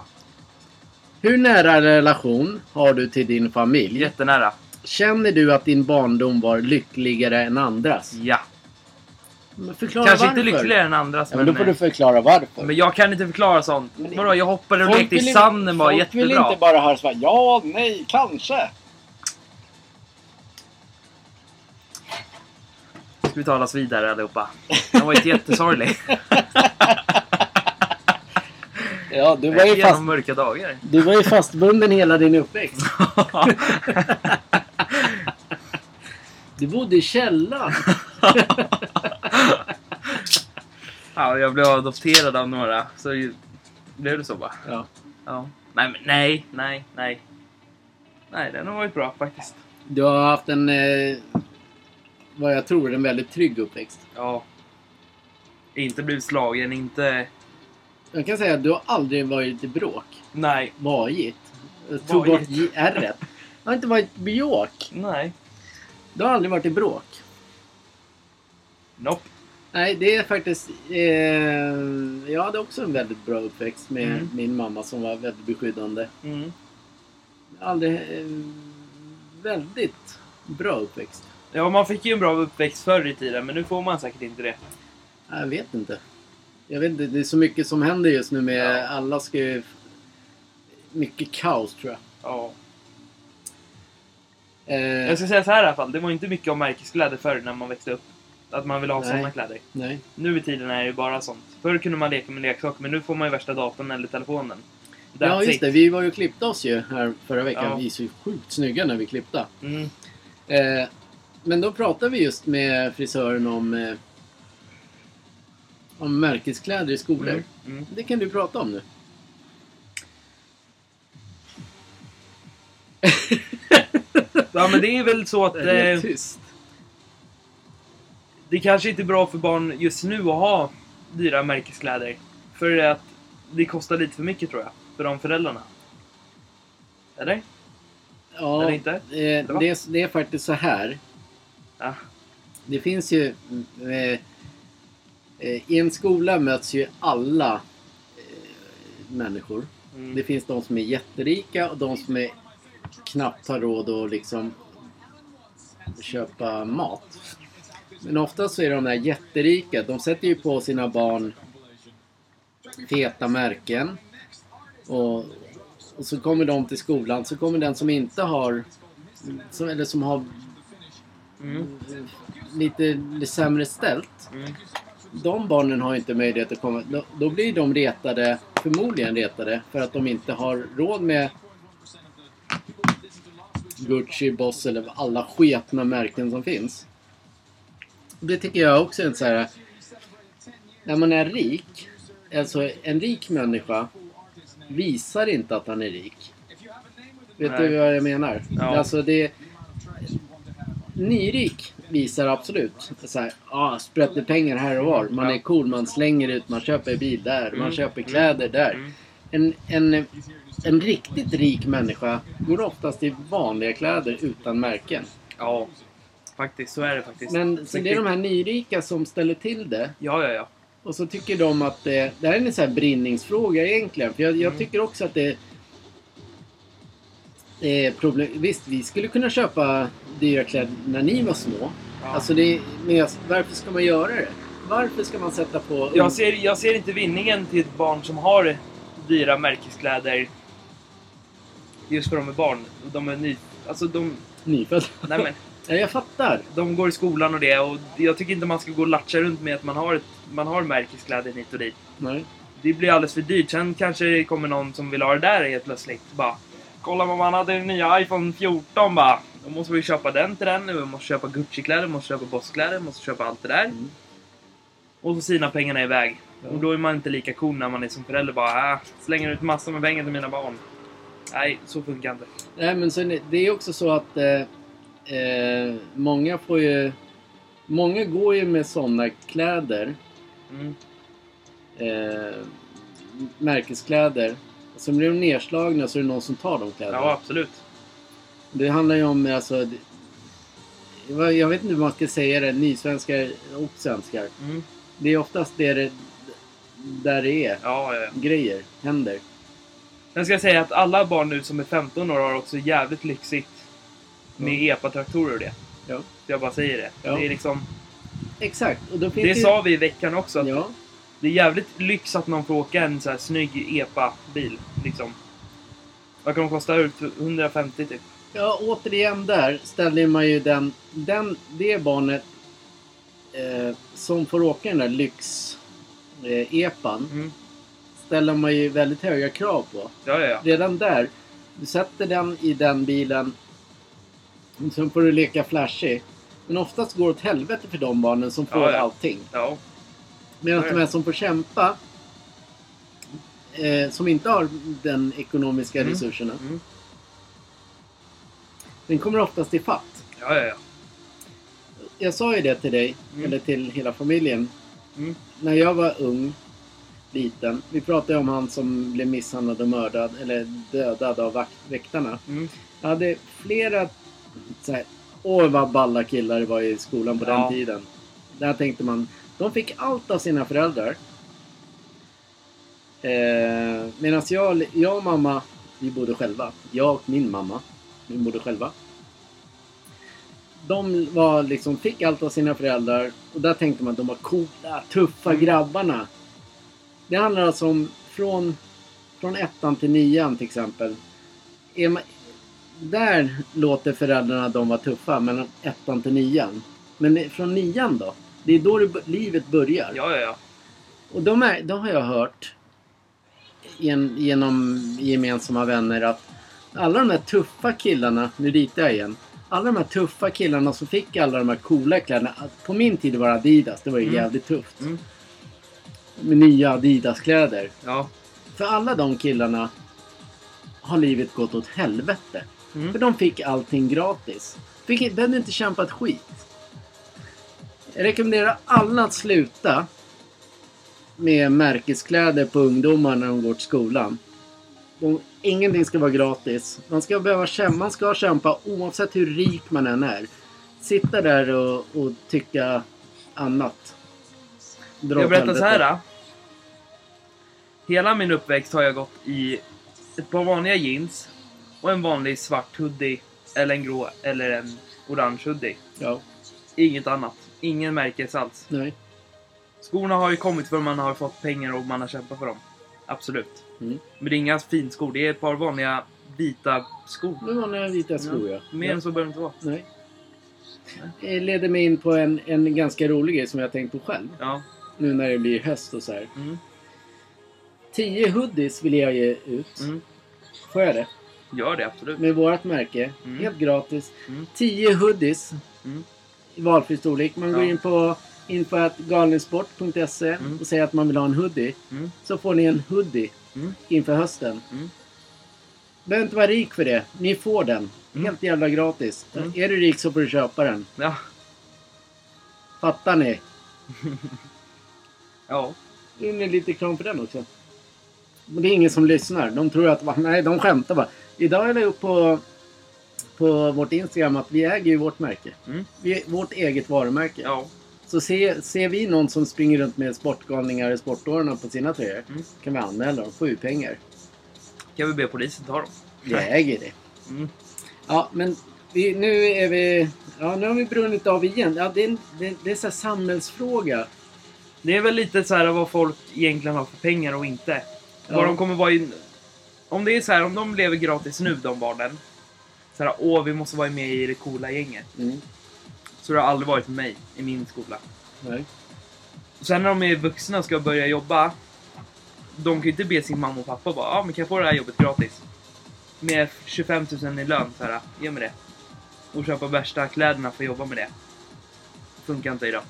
Hur nära relation har du till din familj? Jättenära. Känner du att din barndom var lyckligare än andras? Ja. Men Mm. förklara Kanske varför. inte lyckligare än andras Ja, men men... då får du eh, förklara varför. Men jag kan inte förklara sånt. Men- Vadå, jag hoppade och lekte i sanden bara folk vill jättebra. inte bara höra så här, ja, nej, kanske. Ska vi talas vidare allihopa. Den var ju jättesorglig. Ja, du var, ju fast, Genom mörka dagar. du var ju fastbunden hela din uppväxt. Du bodde i källaren. ja, jag blev adopterad av några. Så ju- blev det så bara. Ja. Ja. Nej, men nej, nej, nej. Nej, den har varit bra faktiskt. Du har haft en, eh, vad jag tror, en väldigt trygg uppväxt. Ja. Inte blivit slagen, inte... Jag kan säga att du har aldrig varit i bråk. Nej. Vajigt. Jag tog Vajigt. bort JR. Du har inte varit i bråk. Nej. Du har aldrig varit i bråk. Nope. Nej, det är faktiskt... Eh, jag hade också en väldigt bra uppväxt med Mm. min mamma som var väldigt beskyddande. Mm. Aldrig... Eh, väldigt bra uppväxt. Ja, man fick ju en bra uppväxt förr i tiden, men nu får man säkert inte det. Nej, Jag vet inte. Jag vet inte, det är så mycket som händer just nu med Ja. alla ska ju... Mycket kaos tror jag. Ja. Eh, Jag ska säga så här i alla fall, det var inte mycket om märkeskläder förr när man växte upp. Att man ville ha Nej. sådana kläder. Nej. Nu i tiden är det ju bara sånt. Förr kunde man leka med leksaker, men nu får man ju värsta datorn eller telefonen. That's Ja, just it. det. Vi var ju och klippte oss ju här förra veckan. Ja. Vi är så sjukt snygga när vi klippte. Mm. Eh, men då pratade vi just med frisören om, eh, om märkeskläder i skolor. Mm. Mm. Det kan du prata om nu. Ja, men det är väl så att Det typ? är eh, helt tyst. det kanske inte är bra för barn just nu att ha dyra märkeskläder. För att det kostar lite för mycket tror jag, för de föräldrarna. Eller? Ja, eller inte? eh, det, va? är, det är faktiskt så här. Ja. Det finns ju... Eh, eh, I en skola möts ju alla eh, människor. Mm. Det finns de som är jätterika och de som är knappt har råd att liksom köpa mat. Men oftast så är de där jätterika, de sätter ju på sina barn feta märken. Och, och så kommer de till skolan, så kommer den som inte har, som, eller som har Mm. lite, lite sämre ställt. Mm. De barnen har inte möjlighet att komma. Då, då blir de retade, förmodligen retade, för att de inte har råd med Gucci, Boss eller alla sketna märken som finns. Det tycker jag också är en så här... När man är rik, alltså en rik människa visar inte att han är rik. Vet Nej. du vad jag menar? Ja. Alltså det... Nyrik visar absolut så här, ah, sprätter pengar här och var. Man Ja. är cool, man slänger ut, man köper bil där, man Mm. köper kläder där. Mm. En, en, en riktigt rik människa går oftast i vanliga kläder utan märken. Ja, faktiskt. Så är det faktiskt. Men så det är de här nyrika som ställer till det. Ja, ja, ja. Och så tycker de att det, det här är en sån här brinningsfråga egentligen. För jag, jag Mm. tycker också att det det är problem. Visst, vi skulle kunna köpa dyra kläder när ni var små. ja. Alltså det, men jag, varför ska man göra det? Varför ska man sätta på... Jag ser, jag ser inte vinningen till ett barn som har dyra märkeskläder. Just för de är barn. De är ny... Alltså de... nyfödda? Nej men, Ja, jag fattar. de går i skolan och det och jag tycker inte man ska gå och latcha runt med att man har, ett, man har märkeskläder hit och dit. Nej. Det blir alldeles för dyrt. Sen kanske det kommer någon som vill ha det där helt plötsligt. Bara, kolla mamma, han hade den nya iPhone 14 bara. Då måste vi köpa den till den. Vi måste köpa Gucci-kläder, måste köpa Boss-kläder, måste köpa allt det där. Mm. Och så sina pengarna iväg. Och då är man inte lika cool när man är som förälder bara äh, slänger ut massor med pengar till mina barn. Nej, så funkar inte. Nej, men sen, det är också så att eh, eh, många får ju... Många går ju med sådana kläder, Mm. eh, märkeskläder. Så blir de nedslagna så är det någon som tar de kläderna. Ja, absolut. Det handlar ju om alltså... det- vad- Jag vet inte hur man ska säga det, nysvenskar och svenskar. Mm. Det är oftast det det, där det är. Ja, ja, ja. Grejer händer. Sen ska jag säga att alla barn nu som är 15 år har också jävligt lyxigt med EPA-traktorer och det. Ja. Jag bara säger det. Ja. Det, är liksom, Exakt. Och då finns det ju... sa vi i veckan också, att Ja. det är jävligt lyx att man får åka en så här snygg EPA-bil. Liksom. Vad kan de kosta? Ut? 150 typ. ja, återigen där ställer man ju den, den det barnet eh, som får åka den där lyx-epan Mm. ställer man ju väldigt höga krav på. Ja, ja, ja. Redan där, du sätter den i den bilen och sen får du leka flashig. Men oftast går det åt helvete för de barnen som får Ja, ja. allting. ja. Medan Ja, ja. de här som får kämpa, eh, som inte har den ekonomiska Mm. resurserna, Mm. den kommer oftast i fatt. Ja, ja, ja. Jag sa ju det till dig, Mm. eller till hela familjen. Mm. När jag var ung, liten, vi pratade om han som blev misshandlad och mördad, eller dödad av vakt, väktarna. Mm. Jag hade flera så här, åh vad balla killar det var i skolan på Ja. den tiden. Där tänkte man, de fick allt av sina föräldrar. Eh, Medan jag, jag och mamma, vi bodde själva. Jag och min mamma, vi bodde själva. De var liksom, fick allt av sina föräldrar och där tänkte man att de var coola, tuffa Mm. grabbarna. Det handlar alltså om från, från ettan till nian till exempel. Är man, där låter föräldrarna att de var tuffa mellan ettan till nian. Men från nian då? Det är då det, b- livet börjar. ja, ja, ja. Och de, är, de har jag hört gen, genom gemensamma vänner att alla de där tuffa killarna, nu ritar jag igen. Alla de här tuffa killarna som fick alla de här coola kläderna. att På min tid var det Adidas, det var ju Mm. jävligt tufft. Mm. Med nya Adidas-kläder. ja. För alla de killarna har livet gått åt helvete. Mm. För de fick allting gratis. Fick, behövde inte kämpa ett skit. Jag rekommenderar alla att sluta med märkeskläder på ungdomar när de går till skolan. De, ingenting ska vara gratis. Man ska behöva kämpa, man ska kämpa oavsett hur rik man än är. Sitta där och, och tycka annat. Dra åt jag berättar helvete. så här. Hela min uppväxt har jag gått i ett par vanliga jeans och en vanlig svart hoodie eller en grå eller en orange hoodie. Ja, Inget annat. Ingen märkes alls. nej. Skorna har ju kommit för man har fått pengar och man har kämpat för dem. Absolut. Mm. Men det är inga finskor. Det är ett par vanliga vita skor. Nu var det vita skor ja. Mer Ja. än så behöver det inte vara. Nej. Det leder mig in på en, en ganska rolig grej som jag har tänkt på själv. Ja. Nu när det blir höst och så här. Mm. 10 hoodies vill jag ge ut. Mm. Får jag det? Gör det absolut. Med vårt märke. Mm. Helt gratis. Mm. 10 hoodies. Mm. I valfri storlek. Man går Ja. in på info.galensport.se Mm. och säger att man vill ha en hoodie. Mm. Så får ni en hoodie Mm. inför hösten. Mm. Behöver inte vara rik för det. Ni får den. Mm. Helt jävla gratis. Mm. Är du rik så får du köpa den. Ja. Fattar ni? Ja. in med lite kram för den också. Men det är ingen som lyssnar. De tror att, va, nej de skämtar bara. Idag är det upp på, på vårt Instagram att vi äger ju vårt märke. Mm. Vi, vårt eget varumärke. Ja. Så se, ser vi någon som springer runt med sportgalningar i sportåren på sina tröjor. Mm. Kan vi anmäla dem, få ut pengar. Kan vi be polisen ta dem? Vi äger det. Mm. Ja men vi, nu är vi, ja nu har vi brunnit av igen. Ja, det är en det, det är så här samhällsfråga. Det är väl lite så här vad folk egentligen har för pengar och inte. Ja. Vad de kommer vara i... Om det är så här, om de lever gratis nu, de barnen. Så här, åh, vi måste vara med i det coola gänget. Mm. Så det har aldrig varit för mig, i min skola. Nej. Sen när de är vuxna och ska börja jobba. De kan ju inte be sin mamma och pappa bara, ja men kan jag få det här jobbet gratis? Med 25 000 i lön, så här, ge mig det. Och köpa värsta kläderna för att jobba med det. Funkar inte idag.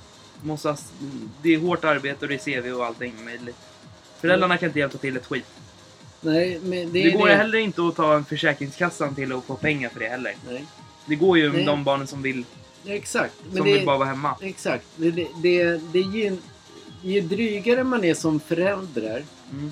Måste ha, s- det är hårt arbete och det är CV och allting möjligt. Föräldrarna kan inte hjälpa till ett skit. Nej men det Det, är går heller inte att ta en Försäkringskassan till och få pengar för det heller. Nej. Det går ju om Nej. de barnen som vill, Ja, Exakt. Men som det- vill bara vara hemma. Exakt. Det, det, det, det är ju, ju drygare man är som föräldrar, Mm.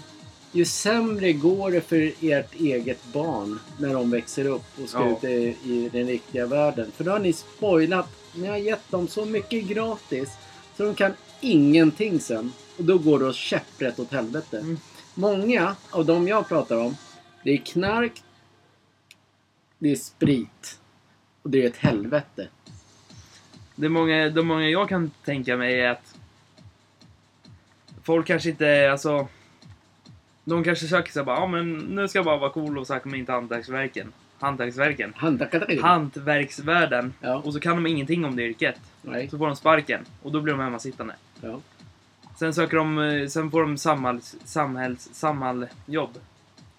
ju sämre går det för ert eget barn när de växer upp och ska Ja. ut i, i den riktiga världen. För då har ni spoilat. Ni har gett dem så mycket gratis så de kan ingenting sen. Och då går det käpprätt åt helvete. Mm. Många av de jag pratar om Det är knark. Det är sprit. Och det är ett helvete. Det många, de många jag kan tänka mig är att folk kanske inte, alltså de kanske söker sig bara, ja men nu ska jag bara vara cool och söka mig in till hantverksverken. Hantverksverken. Handtakadri. Hantverksvärlden. Ja. Och så kan de ingenting om det yrket. Nej. Så får de sparken och då blir de hemmasittande. Ja. Sen söker de, eh, sen får de samhälls, samhälls, samhällsjobb.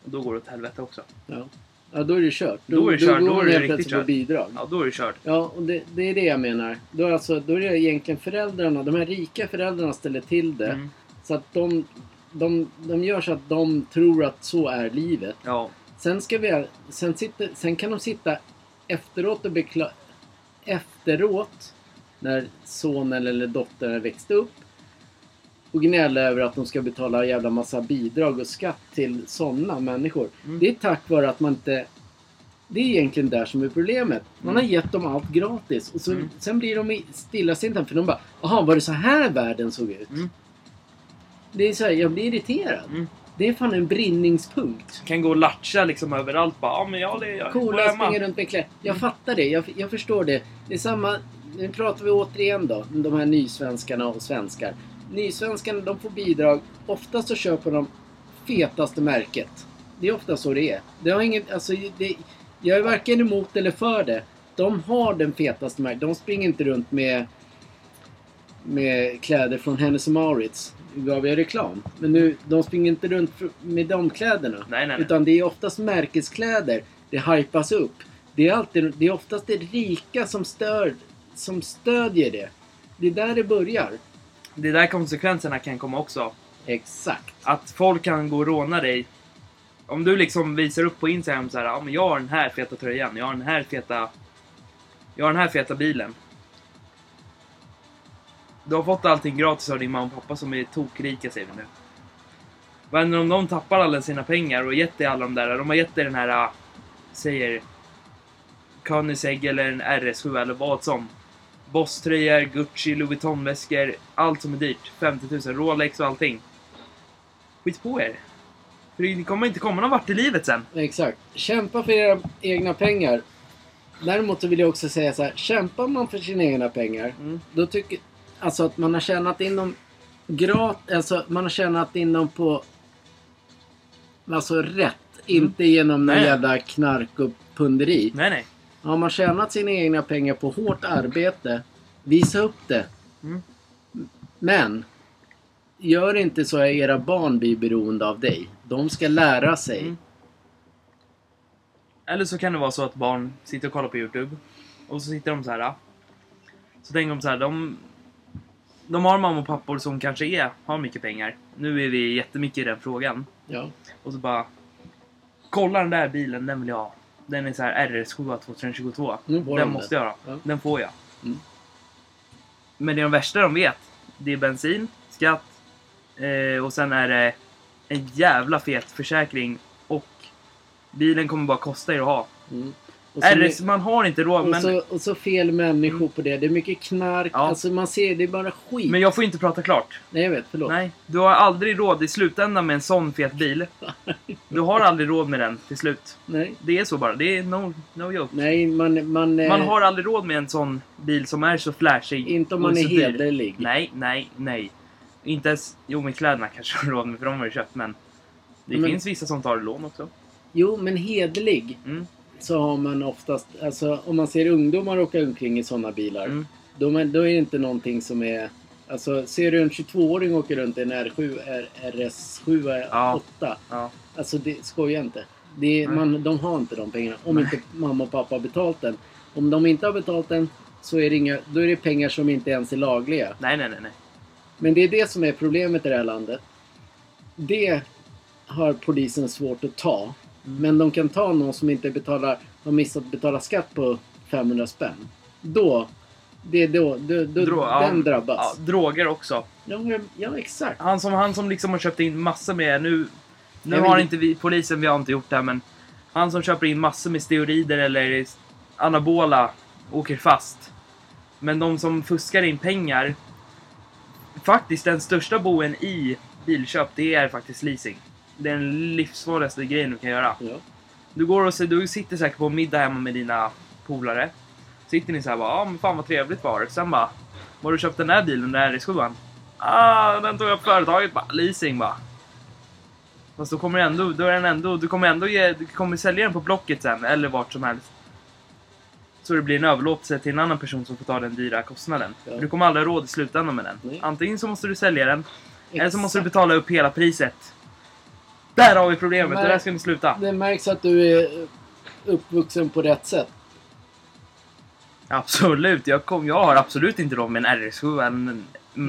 Och då går det åt helvete också. Ja. ja, då är det kört. Då är det Då, kört. Då går är man det helt riktigt plötsligt på kört. bidrag. Ja, då är det kört. Ja, och det, det är det jag menar. Då är, alltså, då är det egentligen föräldrarna, de här rika föräldrarna ställer till det. Mm. Så att de, de, de gör så att de tror att så är livet. Ja. Sen, ska vi, sen, sitter, sen kan de sitta efteråt och bekla, efteråt när sonen eller dottern växte upp och gnälla över att de ska betala en jävla massa bidrag och skatt till sådana människor. Mm. Det är tack vare att man inte... Det är egentligen där som är problemet. Man har gett dem allt gratis och så, Mm. sen blir de i- stillasittande för de bara ”Jaha, var det så här världen såg ut?” Mm. Det är så här, jag blir irriterad. Mm. Det är fan en brinningspunkt. Kan gå och latcha liksom överallt bara, ja men jag, jag, jag bor Coola hemma. springer runt med kläder. Jag fattar det. Jag, jag förstår det. Det är samma... Nu pratar vi återigen då om de här nysvenskarna och svenskar. Nysvenskarna, de får bidrag. Oftast så köper de fetaste märket. Det är ofta så det är. Det har inget, alltså, det, jag är varken emot eller för det. De har den fetaste märket. De springer inte runt med, med kläder från Hennes Mauritz. Nu gav jag reklam. Men nu, de springer inte runt fr- med de kläderna. Nej, nej, nej. Utan det är oftast märkeskläder. Det hypas upp. Det är, alltid, det är oftast det rika som, stör, som stödjer det. Det är där det börjar. Det är där konsekvenserna kan komma också. Exakt. Att folk kan gå och råna dig. Om du liksom visar upp på Instagram så här, ja men jag har den här feta tröjan, jag har den här feta... Jag har den här feta bilen. Du har fått allting gratis av din mamma och pappa som är tokrika säger vi nu. Vad händer om de tappar alla sina pengar och gett dig alla de där, de har gett dig den här, äh, säger Koenigsegg eller en RS7 eller vad som. Boss-tröjor, Gucci, Louis Vuitton-väskor, allt som är dyrt. 50 000, Rolex och allting. Skit på er. För ni kommer inte komma någon vart i livet sen. Exakt. Kämpa för era egna pengar. Däremot så vill jag också säga så här. Kämpar man för sina egna pengar. Mm. Då tycker Alltså att man har tjänat in dem gratis. Alltså man har tjänat in dem på... Alltså rätt. Inte genom någon Mm. Nej. jävla knark och punderi. Nej, nej. Har man tjänat sina egna pengar på hårt arbete, visa upp det. Mm. Men, gör inte så att era barn blir beroende av dig. De ska lära sig. Mm. Eller så kan det vara så att barn sitter och kollar på YouTube. Och så sitter de så här. ah. Så tänker de så här, de... De har mamma och pappor som kanske är, har mycket pengar. Nu är vi jättemycket i den frågan. Ja. Och så bara... Kolla den där bilen, den vill jag ha. Den är så här RS7 2022. Nu får Den de måste jag ha. Ja. Den får jag. Mm. Men det är de värsta de vet. Det är bensin, skatt eh, och sen är det en jävla fet försäkring och bilen kommer bara kosta er att ha. Mm. Och, så, RS, man har inte råd och, men, Mm. så, och så fel människor på det. Det är mycket knark. Ja. Alltså man ser, det är bara skit. men jag får inte prata klart. Nej jag vet, förlåt. Nej, du har aldrig råd i slutändan med en sån fet bil. Du har aldrig råd med den till slut. Nej. Det är så bara. Det är no, no joke. Nej, man... Man, eh, Man har aldrig råd med en sån bil som är så flashig. Inte om och man är så dyr. hederlig. Nej, nej, nej. Inte ens... Jo, men kläderna kanske har råd med för de har ju köpt, men... Det Men- finns vissa som tar lån också. Jo, men hederlig. Mm. Så har man oftast... Alltså om man ser ungdomar åka omkring i sådana bilar. Mm. Då, men, då är det inte någonting som är... Alltså ser du en 22-åring åka runt i en R7, R, RS7, Ja. R8. Ja. Alltså det skojar inte. Det är, Nej. man, de har inte de pengarna. Om Nej. inte mamma och pappa har betalt den. Om de inte har betalt den så är det, inga, då är det pengar som inte ens är lagliga. Nej, nej, nej, nej. Men det är det som är problemet i det här landet. Det har polisen svårt att ta. Mm. Men de kan ta någon som inte betalar, har missat att betala skatt på 500 spänn. Då, det är då, då, då Dro- ja, den drabbas. Ja, droger också. Ja, men- ja, exakt. Han som, han som liksom har köpt in massor med... Nu, nu Jag har vill- inte vi... Polisen, vi har inte gjort det här, men... Han som köper in massor med steroider eller anabola åker fast. Men de som fuskar in pengar... Faktiskt den största boen i bilköp, det är faktiskt leasing. den livsfarligaste grejen du kan göra. Ja. Du går och så, du sitter säkert på middag hemma med dina polare. Sitter ni så här bara, ja men fan vad trevligt var det. Sen bara, var du köpt den här bilen där i skolan? Ah, den tog jag på företaget bara, leasing bara. Fast då kommer du ändå, då är den ändå, du kommer ändå ge, du kommer sälja den på Blocket sen eller vart som helst. Så det blir en överlåtelse till en annan person som får ta den dyra kostnaden. Ja. Du kommer aldrig ha råd i slutändan med den. Nej. Antingen så måste du sälja den, eller så måste du Exakt. betala upp hela priset. Där har vi problemet, Men- det där ska ni sluta. Det märks att du är uppvuxen på rätt sätt. Absolut, jag, kom, jag har absolut inte råd med en RS7, en Nej.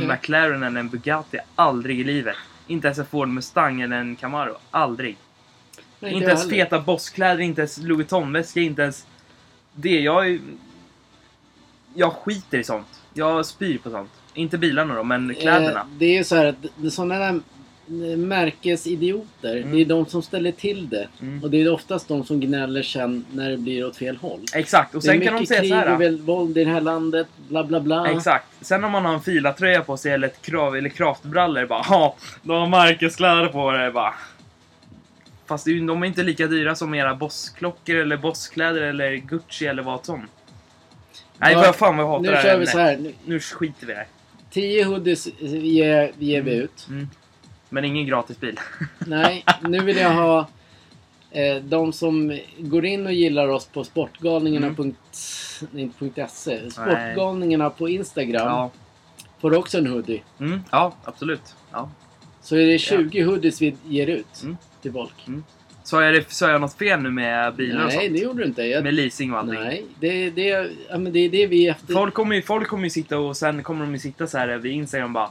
en McLaren eller en Bugatti. Aldrig i livet. Inte ens en Ford Mustang eller en Camaro. Aldrig. Nej, inte jag ens heller. feta bosskläder, inte ens Louis Vuitton-väska, inte ens... Det, jag är... Jag skiter i sånt. Jag spyr på sånt. Inte bilarna då, men kläderna. Eh, det är ju så här att sådana där eh, märkesidioter, Mm. det är de som ställer till det. Mm. Och det är oftast de som gnäller sen när det blir åt fel håll. Exakt, och sen det är kan de mycket säga så här. krig och väl- våld i det här landet, bla bla bla. Exakt. Sen om man har en filatröja på sig eller ett krav eller kraftbrallor bara ja, de har märkeskläder på dig bara. Fast det är ju- de är inte lika dyra som era bossklockor eller bosskläder eller Gucci eller vad som. Nej, Ja, vad fan vad jag hatar Nu det här kör vi ämnet. så här. Nu- Nu skiter vi i det här. 10 hoodies eh, ger, ger vi ut. Mm. Men ingen gratis bil. Nej, nu vill jag ha eh, de som går in och gillar oss på sportgalningarna. Mm. punkt- nej, inte punkt .se. Sportgalningarna på Instagram Ja. får också en hoodie. Mm, ja, absolut. Ja. Så är det 20 hoodies vi ger ut Mm. till folk. Så är det, så är jag något fel nu med bilar och Nej, sånt? det gjorde du inte. Jag, Med leasing och allting? nej, det, det, ja, men det är det vi efter... Folk kommer, ju, folk kommer ju sitta och sen kommer de ju sitta så här vid Instagram bara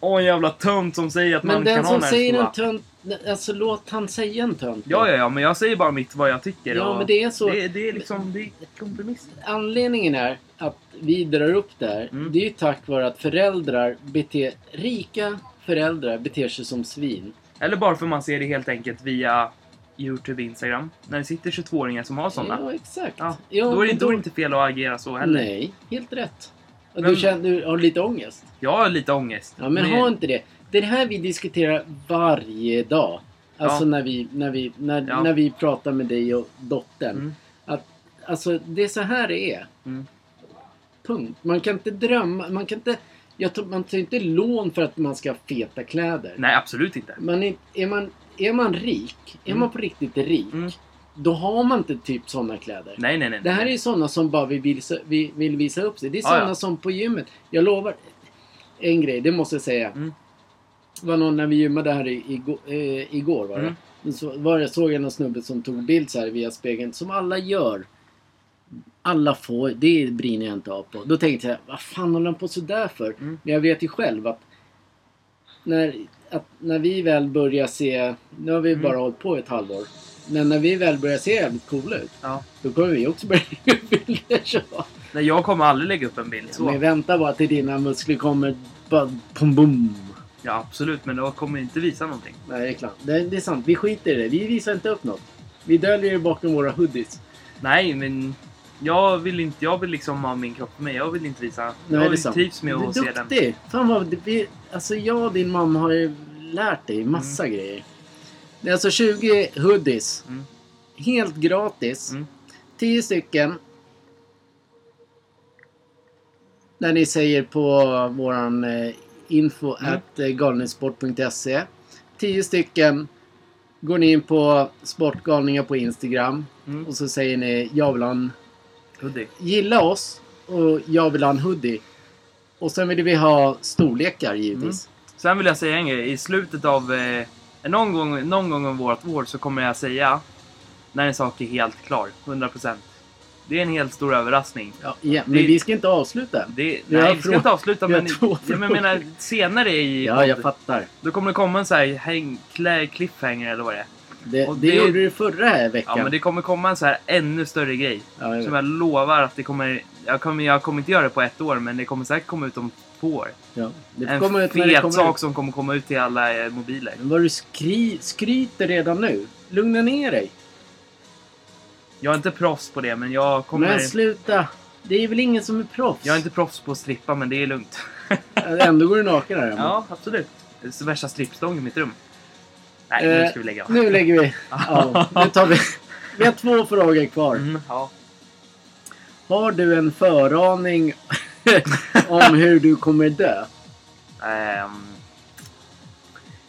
Åh en jävla tönt som säger att men man den kan som ha en säger skola. en tönt... Alltså låt han säga en tönt. Ja, ja, ja, men jag säger bara mitt vad jag tycker. Ja, och men det är så. Det, det är liksom, det är kompromiss. Anledningen är att vi drar upp det här. Mm. Det är ju tack vare att föräldrar beter... Rika föräldrar beter sig som svin. Eller bara för man ser det helt enkelt via Youtube, Instagram. När det sitter 22-åringar som har sådana. Ja, exakt. Ja, Ja, då är det men inte, då... är det inte fel att agera så heller. Nej, helt rätt. Och Men- du, känner, du har lite ångest? Jag har lite ångest. Ja, men ha inte det. Det är det här vi diskuterar varje dag. Alltså Ja. när, vi, när, vi, när, Ja. när vi pratar med dig och dottern. Mm. Att, alltså, det är så här det är. Mm. Punkt. Man kan inte drömma. Man kan inte... Jag tror, man tar inte lån för att man ska ha feta kläder. Nej, absolut inte. Man är, är, man, är man rik, är Mm. man på riktigt rik, Mm. då har man inte typ sådana kläder. Nej, nej, nej. Det här är nej. ju sådana som bara vill visa, vi- vill visa upp sig. Det är Ja, ja. sådana som på gymmet. Jag lovar. En grej, det måste jag säga. Mm. Det var någon när vi gymmade här i, igår, eh, igår var Mm. det. Så var jag såg jag någon snubbe som tog bild så här via spegeln. Som alla gör. Alla får. Det brinner jag inte av på. Då tänkte jag, vad fan håller han på sådär för? Mm. Men jag vet ju själv att när, att när vi väl börjar se, nu har vi Mm. bara hållit på ett halvår, men när vi väl börjar se jävligt coola ut, Ja. då kommer vi också börja lägga upp bilder så. Nej, jag kommer aldrig lägga upp en bild så. Men vänta bara till dina muskler kommer, bara pom bom. Ja, absolut. Men jag kommer inte visa någonting. Nej, det är klart. Det, det är sant. Vi skiter i det. Vi visar inte upp något. Vi döljer det bakom våra hoodies. Nej, men jag vill inte, jag vill liksom ha min kropp med. Jag vill inte visa. Nej, jag det är vill sant. trivs med du att är se den. duktig! Fan vad, vi, alltså jag och din mamma har ju lärt dig massa grejer. Det är alltså 20 hoodies. Mm. Helt gratis. Mm. 10 stycken. Där ni säger på våran eh, info Mm. at eh, galningsport.se. 10 stycken går ni in på Sportgalningar på Instagram Mm. och så säger ni jag vill ha en Hoodie. gilla oss och jag vill ha en hoodie. Och sen vill vi ha storlekar givetvis. Sen vill jag säga en grej. I slutet av... Eh, någon, gång, någon gång om vårt år så kommer jag säga när en sak är helt klar. 100%. Det är en helt stor överraskning. Ja, igen. Men Det- vi ska inte avsluta än. Det, Vi har nej, vi ska frågor. inte avsluta Vi har men, två ja, men jag frågor. menar senare i Ja, jag podden, fattar. Då kommer det komma en sån här häng, klä, cliffhanger eller vad det är. Det, Och det, det- gjorde du förra här veckan. Ja, men det kommer komma en så här ännu större grej. Ja, jag Som vet. jag lovar att det kommer... Jag kommer, jag kommer inte göra det på ett år men det kommer säkert komma ut om två år. ja. det får En komma ut när det fet kommer sak ut. som kommer komma ut till alla eh, mobiler. Men vad du skri, skryter redan nu. Lugna ner dig. Jag är inte proffs på det men jag kommer... Men sluta. Det är väl ingen som är proffs? Äh, Jag är inte proffs på att strippa, men det är lugnt. Ändå går du naken här hemma. ja, absolut. Det är värsta strippstång i mitt rum. Nej, nu Eh, ska vi lägga av. Nu lägger vi av. Nu tar vi... Vi har två frågor kvar. Mm, ja. Har du en föraning om hur du kommer dö? Ehm,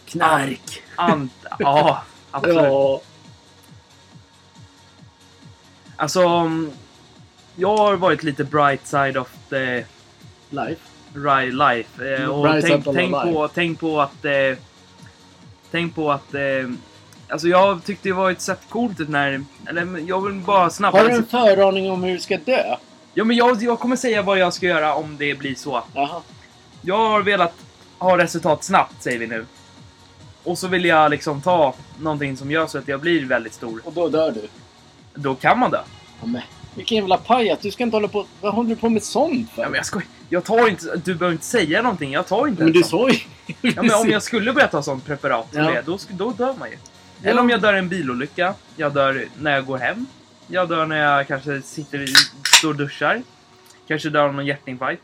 Knark. ant- ja, absolut. Ja. Alltså, mm, jag har varit lite bright side of the Life. ri- life. Eh, och Bright tänk, side of tänk, life. på, tänk på att... Eh, tänk på att... Eh, alltså jag tyckte det var ett sätt coolt ut när... Eller men jag vill bara snabbt... Har du en föraning om hur du ska dö? Ja men jag, jag kommer säga vad jag ska göra om det blir så. Jaha. Jag har velat ha resultat snabbt, säger vi nu. Och så vill jag liksom ta någonting som gör så att jag blir väldigt stor. Och då dör du. Då kan man dö. Ja, men. Vilken jävla pajat. Du ska inte hålla på... Vad håller du på med sånt för? Ja, men jag skojar. Jag tar inte... Du behöver inte säga någonting. Jag tar inte Men du ens sånt. sa ju... liksom. ja, men Om jag skulle börja ta sånt preparat, som Ja. det, då, sk- då dör man ju. Ja. Eller om jag dör i en bilolycka. Jag dör när jag går hem. Jag dör när jag kanske sitter i... Står och duschar. Kanske dör av någon hjärtinfarkt.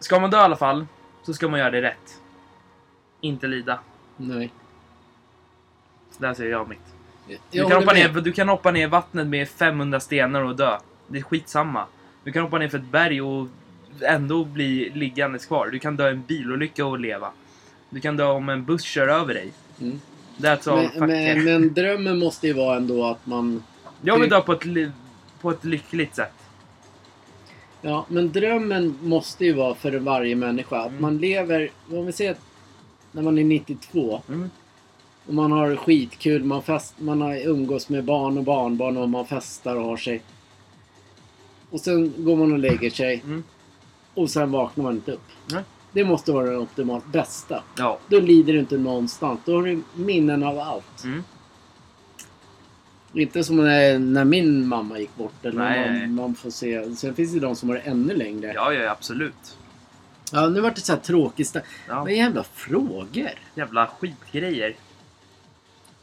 Ska man dö i alla fall, så ska man göra det rätt. Inte lida. Nej. Där ser jag mitt. Du Jag kan, hoppa håller ner, med. du kan hoppa ner i vattnet med 500 stenar och dö. Det är skitsamma. Du kan hoppa ner för ett berg och ändå bli liggandes kvar. Du kan dö i en bilolycka och leva. Du kan dö om en buss kör över dig. Mm. That's all. fuck Men, men, it. men drömmen måste ju vara ändå att man... Jag vill dö på ett, li- på ett lyckligt sätt. Ja, men drömmen måste ju vara för varje människa. Att Mm. man lever... Om vi säger att när man är 92 Mm. och man har skitkul, man, fest, man har umgås med barn och barnbarn och man festar och har sig. Och sen går man och lägger sig Mm. och sen vaknar man inte upp. Nej. Det måste vara det optimalt bästa. Ja. Då lider du inte någonstans. Då har du minnen av allt. Mm. Inte som när, när min mamma gick bort. Eller Nej, när nej. man, man får se. Sen finns det de som har det ännu längre. Ja, ja, ja, absolut. nu vart det så här tråkigt. sta- Ja. Vad jävla frågor? Jävla skitgrejer.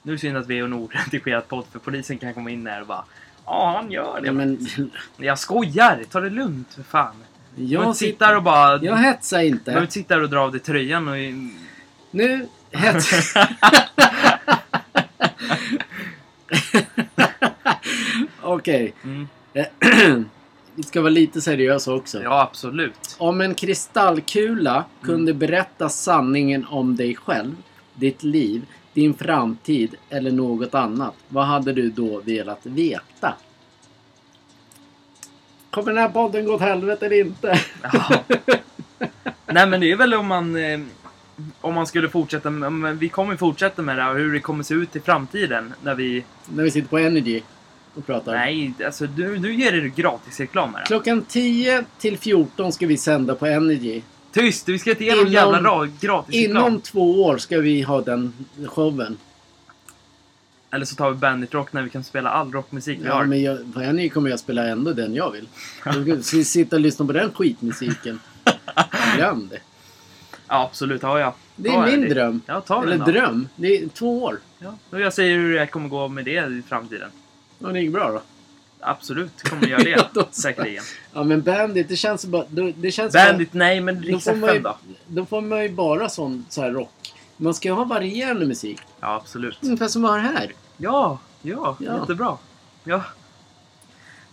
Nu är det synd att vi är en oredigerad podd för polisen kan komma in här och bara Ja, han gör det. Ja, men, Jag skojar! Ta det lugnt för fan. jag, Jag sit, sitter och bara... jag hetsar Men inte. vi sitter och drar av dig tröjan och... Nu hetsar Okej. Mm. Vi ska vara lite seriösa också. Ja, absolut. Om en kristallkula Mm. kunde berätta sanningen om dig själv, ditt liv, din framtid eller något annat. Vad hade du då velat veta? Kommer den här podden gå åt helvete eller inte? Ja. Nej, men det är väl om man... eh, Om man skulle fortsätta med... men Vi kommer fortsätta med det här och hur det kommer se ut i framtiden när vi... När vi sitter på Energy och pratar. Nej, alltså du, du ger dig gratisreklam här. Klockan 10 till 14 ska vi sända på Energy. Tyst! Vi ska inte ge någon Inom- jävla ra- gratisreklam. Inom två år ska vi ha den showen. Eller så tar vi Bandit Rock när vi kan spela all rockmusik vi Ja, har. men jag, på Energy kommer jag spela ändå den jag vill. Jag ska s- sitta och lyssna på den skitmusiken. Glöm det. Ja, absolut. Ja, ja. Det Ja, är min dröm. Ja, ta Eller den då. dröm. Det är två år. Ja. Och jag säger hur det kommer gå med det i framtiden. Och det gick bra då. Absolut kommer jag göra Då det. så. Säkerligen. Ja men Bandit, det känns bara... då- Det känns Bandit, nej men bara, då, Rix får man ju, FM då. då får man ju bara sån så här rock. Man ska ju ha varierande musik. Ja, absolut. Ungefär som man har här. Ja, ja, Mm. Ja. jättebra. Ja,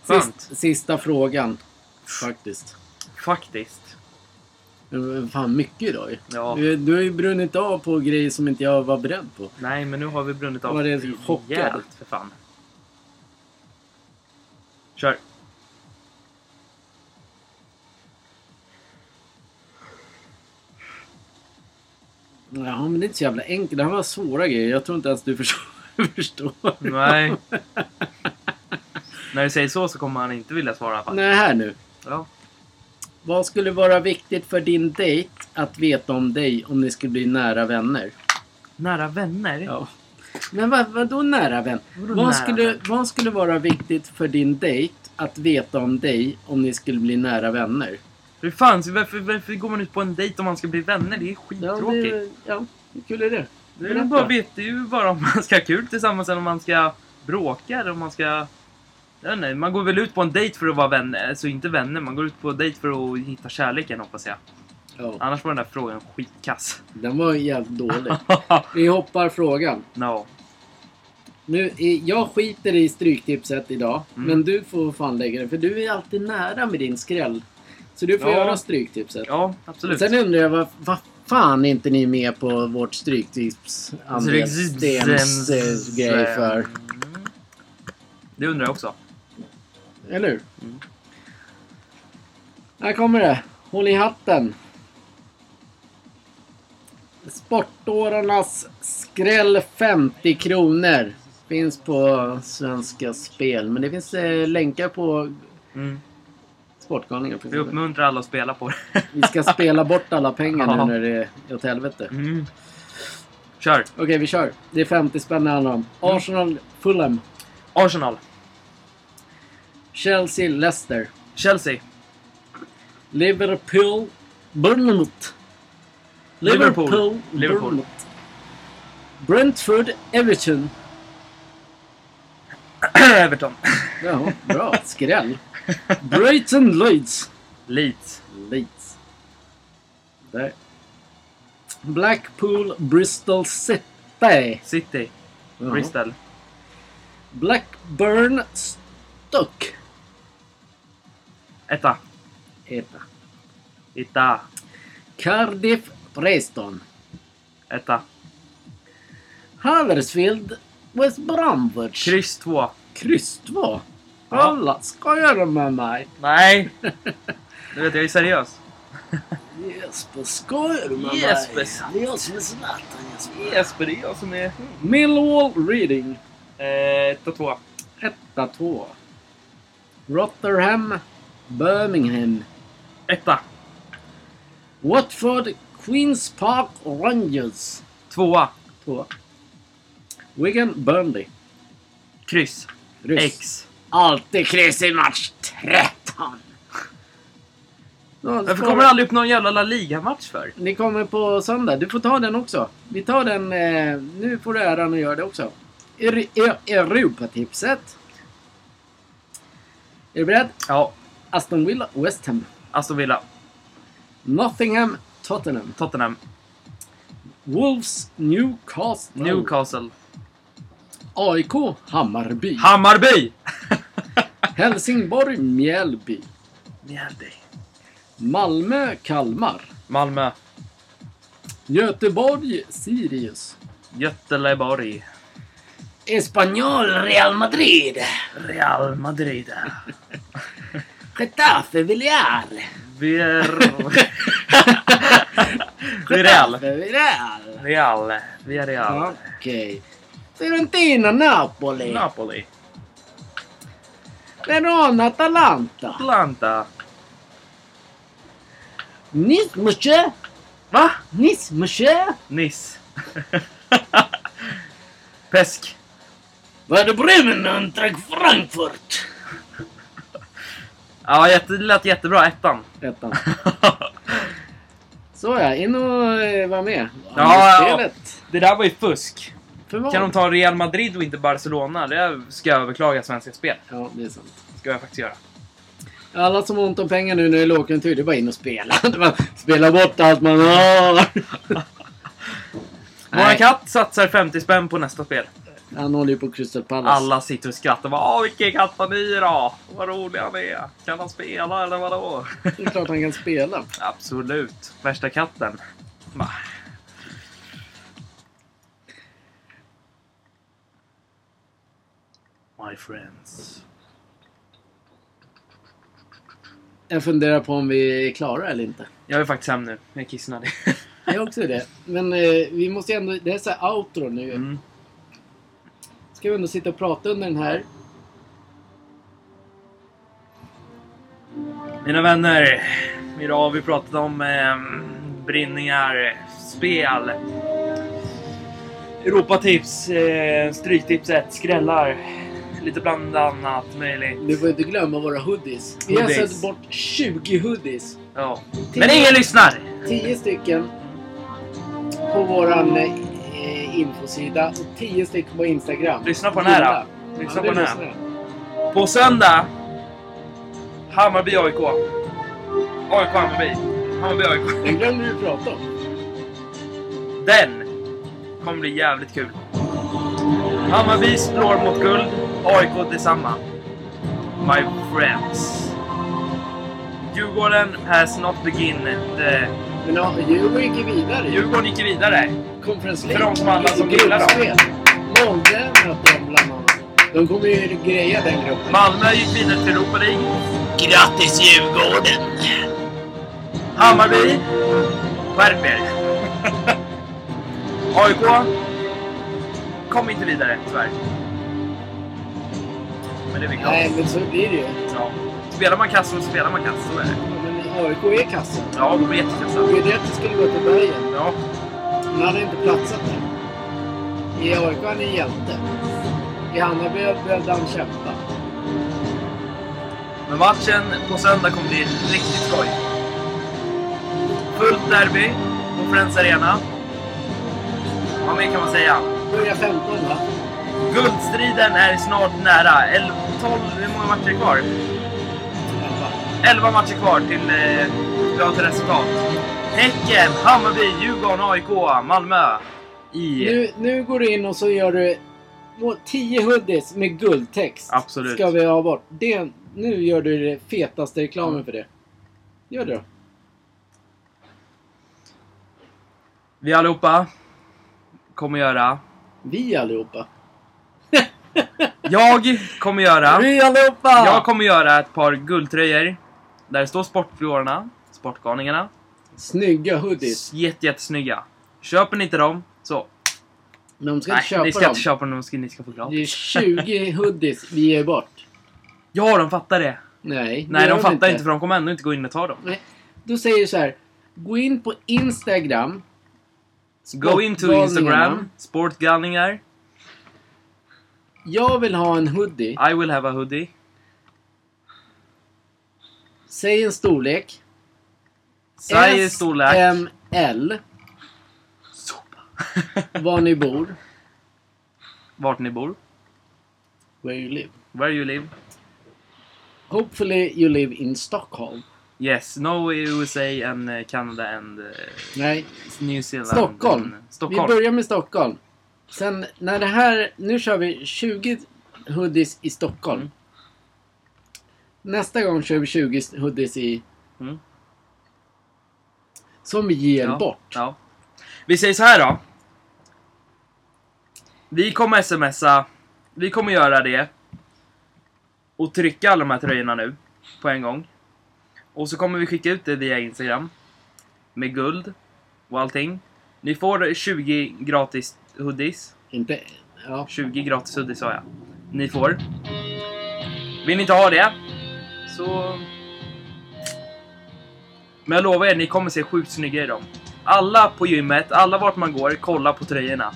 Skönt. Sist, sista frågan. Faktiskt. faktiskt. Det var Fan mycket idag ju. Ja, Du, du har ju brunnit av på grejer som inte jag var beredd på. nej men nu har vi brunnit av Var det chockad? rejält, för fan. Kör. Ja men det är inte så jävla enkelt. Det här var svåra grejer. Jag tror inte ens du förstår. förstår. Nej. När du säger så så kommer han inte vilja svara i alla fall. Nej, här nu. Ja. Vad skulle vara viktigt för din dejt att veta om dig om ni skulle bli nära vänner? Nära vänner? Ja. Men vad, vadå nära vän? Vadå vad, nära skulle, vän? vad skulle vara viktigt för din dejt att veta om dig om ni skulle bli nära vänner? Hur fan, så varför, varför går man ut på en dejt om man ska bli vänner? Det är Ja, skittråkigt. det- ja, hur kul är det? Det är väl bara, vet ju bara om man ska ha kul tillsammans eller om man ska bråka eller om man ska... Jag vet inte, man går väl ut på en dejt för att vara vänner, alltså inte vänner, man går ut på en dejt för att hitta kärleken hoppas jag. Ja, Annars var den där frågan skitkass. den var jävligt dålig. Vi hoppar frågan. no. Nu, eh, jag skiter i stryktipset idag, Mm. men du får fan lägga det för du är alltid nära med din skräll. Så du får Ja. göra stryktipset. Ja, absolut. Sen undrar jag vad, vad fan är inte ni med på vårt stryktips Andreas eh, grej för? Det undrar jag också. Eller hur? Mm. Här kommer det. Håll i hatten. Sportårarnas skräll 50 kronor. Finns på Svenska Spel. Men det finns eh, länkar på Mm. Sportgalningar. Vi uppmuntrar alla att spela på det. Vi ska spela bort alla pengar nu Ja. när det är åt helvete. Mm. Kör! Okej, vi kör. Det är 50 spänn det handlar om. Arsenal, Fulham. Arsenal. Chelsea, Leicester. Chelsea. Liverpool, Bournemouth. Liverpool. Liverpool. Bournemouth. Brentford, Everton. Everton. Ja, bra. Skräll. Brighton, Leeds. Leeds. Leeds. Där. Blackpool, Bristol City. City. Ja. Bristol. Blackburn, Stoke. Etta. Etta. Etta. Cardiff, Preston. Etta. Huddersfield, West Bromwich. Kryss 2. Kryss 2. Alla skojar de med mig. Nej! Du vet, jag är seriös. Jesper, skojar du med Jesper, mig? sant. Det är jag som är Zlatan Jesper. Jesper, det är jag som är... Millwall Reading. Eh, Etta, tvåa. 1-2. Rotherham Birmingham. Etta. Watford Queens Park Rangers. Tvåa. 2. Wigan Burnley. Kryss. Kryss. X. Alltid kryss i match 13. Ja, Varför kommer det aldrig upp någon jävla La Liga-match för? Ni kommer på söndag. Du får ta den också. Vi tar den... Eh, nu får du äran att göra det också. Er- er- Europatipset. Är du beredd? Ja. Aston Villa, West Ham. Aston Villa. Nottingham, Tottenham. Tottenham. Wolves, Newcastle. Newcastle. AIK, Hammarby. Hammarby! Helsingborg, Mjällby. Mjällby. Malmö, Kalmar. Malmö. Göteborg, Sirius. Göteborg. Espanyol, Real Madrid. Real Madrid. Getafe, Villar. Vir... Viral. Villar. Real. Villarreal. Okej. Fiorentina, Napoli. Napoli. Verona, Atalanta. Atlanta. Nice, monsieur. Va? Nice, monsieur. Nice. Pesk. Werder Bremen, Eintracht Frankfurt. Ja, jätte, det lät jättebra. Ettan. Ettan. Så ja, in och eh, var med. ja, ja. Spelet. det där var ju fusk. För vad? Kan de ta Real Madrid och inte Barcelona? Det ska jag överklaga Svenska Spel. Ja, det är sant. ska jag faktiskt göra. Alla som har ont om pengar nu när det är lågkonjunktur, det är bara in och spela. Det är bara spela bort allt man har. Våran Nej. katt satsar 50 spänn på nästa spel. Han håller ju på Crystal Palace. Alla sitter och skrattar. Bara, Åh, vilken katt har ni då? Vad rolig han är. Kan han spela eller vadå? Det är klart han kan spela. Absolut. Värsta katten. Bara, My friends. Jag funderar på om vi är klara eller inte. Jag är faktiskt hem nu. Jag är kissnödig. Jag är också det. Men eh, vi måste ju ändå... Det är så här outro nu. Mm. Ska vi ändå sitta och prata under den här? Mina vänner, idag har vi pratat om eh, brinningar, spel, Europatips, eh, Stryktipset, skrällar, lite bland annat möjligt. Du får inte glömma våra hoodies. Vi har Hoodies. sett bort 20 hoodies. Ja. Men ingen lyssnar! 10 stycken på våran eh, infosida och 10 stycken på Instagram. Lyssna på den här, Gilla. Lyssna Ja, på du den här. lyssnar. På söndag, Hammarby AIK. AIK Hammarby. Hammarby-AIK. Den glömde vi prata om. Den kommer bli jävligt kul. Hammarby slår mot guld. AIK detsamma. My friends. Djurgården has not begin. The... Men ja, Djurgården gick ju vidare. ju. Djurgården gick vidare. Conference För de som alla som I gillar dem. gruppspel. Molde möter de bland annat. De kommer ju greja den gruppen. Malmö gick vidare till Europa League. Grattis Djurgården! Hammarby. Skärp er. AIK. Kom inte vidare, tyvärr. Men det är vi glada Nej, men så blir det ju. Ja. Spelar man kass så spelar man kass, så är det. Ja, Men AIK är kassa. Ja, de är jättekassa. Det är det att det skulle gå till Bayern. Ja, Men han hade inte platsat där. I AIK är han en hjälte. I Hammarby behövde han kämpa. men matchen på söndag kommer bli riktigt skoj. Fullt derby på Friends Arena. Vad mer kan man säga? Börjar 15 va? Guldstriden är snart nära. 11, 12, hur många matcher är kvar? 11 matcher kvar till eh, vi har ett resultat. Häcken, Hammarby, Djurgården, AIK, Malmö. I... Nu, nu går du in och så gör du må- 10 hoodies med guldtext. Absolut. Ska vi ha bort. Det, nu gör du det fetaste reklamen Mm. för det. Gör det då. Vi allihopa kommer göra... Vi allihopa. Jag kommer göra... Vi allihopa! Jag kommer göra ett par guldtröjor. Där det står Sportfluorerna, Sportgalningarna. Snygga hoodies. Jätte, jättesnygga. Köper ni inte dem, så... Men de ska inte Nej, ni köpa ska dem. inte köpa dem, ska- ni ska få klart. Det är 20 hoodies vi ger bort. Ja, de fattar det! Nej, det Nej, gör de fattar inte för de kommer ändå inte gå in och ta dem. Nej. Då säger du så här. Gå in på Instagram. Go into Sportgalningarna. Instagram, Sportgalningar. Jag vill ha en hoodie. I will have a hoodie. Säg en storlek. Säg eh, storlek. SML. Sopa. Var ni bor. Vart ni bor. Where you live. Where you live. Hopefully you live in Stockholm. Yes, no USA and eh, Canada and eh, Nej, New Zealand. Stockholm. and Vi Stockholm. börjar med Stockholm. Sen när det här... Nu kör vi 20 hoodies i Stockholm. Mm. Nästa gång kör vi 20 hoodies i... Mm. Som vi ger Ja, bort. Ja. Vi säger så här då. Vi kommer smsa, vi kommer göra det. Och trycka alla de här tröjorna nu. På en gång. Och så kommer vi skicka ut det via Instagram. Med guld och allting. Ni får 20 gratis hoodies. Inte... Ja. 20 gratis hoodies sa jag. Ni får. Vill ni inte ha det? Så... Men jag lovar er, ni kommer se sjukt snygga i dem. Alla på gymmet, alla vart man går, kollar på tröjorna.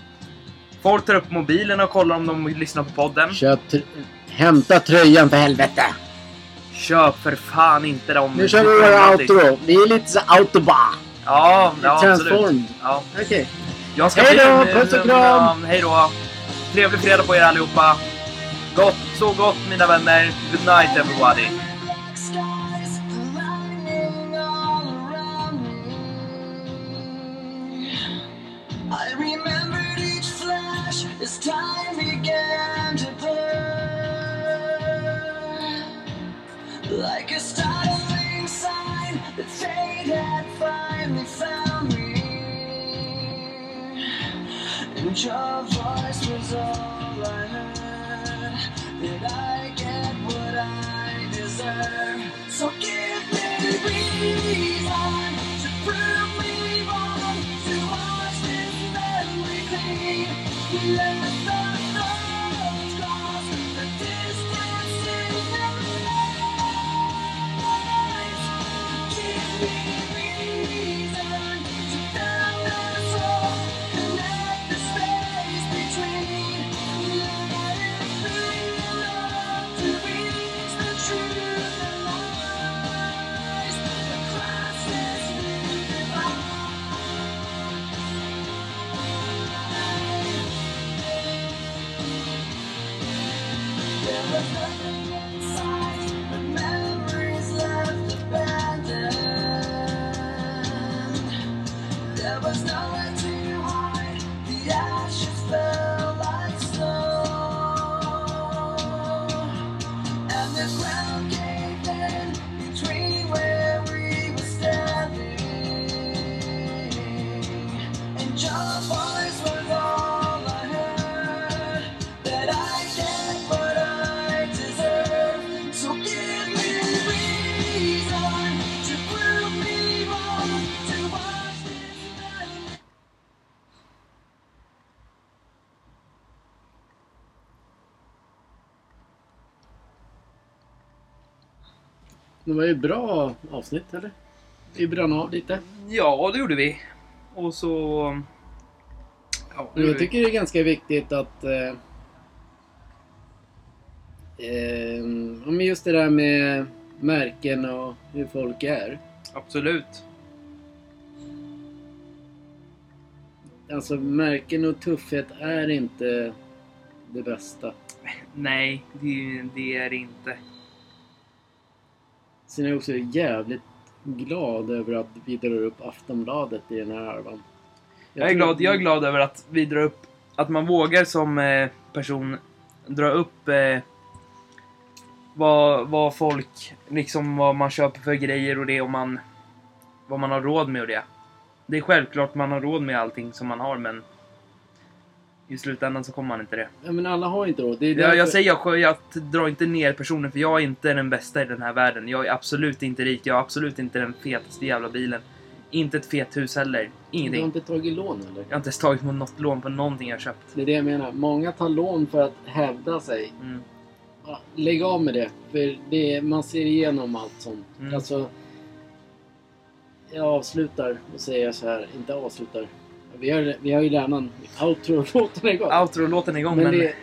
Folk tar upp mobilen och kollar om de lyssnar på podden. Köp... tr- Hämta tröjan för helvete! Mm. Köp för fan inte dem. Nu kör vi våra outro. Vi är lite så autobahn. Ja, ja absolut. Transform. Ja. Okej. Jag ska Hej då, bli- eh, puss och kram. Hej då. Trevlig fredag på er allihopa. Gott, så gott mina vänner. Good night everybody. Black skies lightning all around me. I remembered each flash as time began to burn. Like a startling sign that fate had finally found me. And your voice was all I heard. Did I get what I deserve? So give me reason to prove me wrong. To watch this memory clean. Let the thoughts cross the distance in the light. Give me reason to found the soul, connect the space between. Let it free love to reach the truth and lies across this divide. There was nothing inside, but memories left abandoned. There was nowhere to hide. The ashes fell like snow. And the ground gave in between where we were standing. And your voice was all I heard. That I get what I deserve. So give me reason to prove me wrong. To watch this night. Det var ju ett bra avsnitt, eller? Vi brann av lite. Ja, det gjorde vi. Och så... Ja, det Men gjorde jag vi. tycker det är ganska viktigt att... Eh, eh, ja, men just det där med märken och hur folk är. Absolut. Alltså märken och tuffhet är inte det bästa. Nej, det, det är det inte. Sen är jag också jävligt glad över att vi drar upp Aftonbladet i den här härvan. Jag är, glad, jag är glad över att vi drar upp... Att man vågar som eh, person dra upp eh, vad, vad folk... Liksom vad man köper för grejer och det och man... Vad man har råd med och det. Det är självklart man har råd med allting som man har men... I slutändan så kommer man inte det. Ja, men alla har inte råd. Det är Jag, jag därför- säger jag, jag drar inte ner personen för jag är inte den bästa i den här världen. Jag är absolut inte rik, jag har absolut inte den fetaste jävla bilen. Inte ett fet hus heller. Du har Ingenting. inte tagit lån eller? Jag har inte ens tagit mot något lån på någonting jag köpt. Det är det jag menar. Många tar lån för att hävda sig. Mm. Ja, Lägg av med det, för det, man ser igenom allt sånt. Mm. Alltså, jag avslutar och säger så här, inte avslutar. Vi har, vi har ju lärnan, outro-låten är igång. Outro-låten är igång men... men det,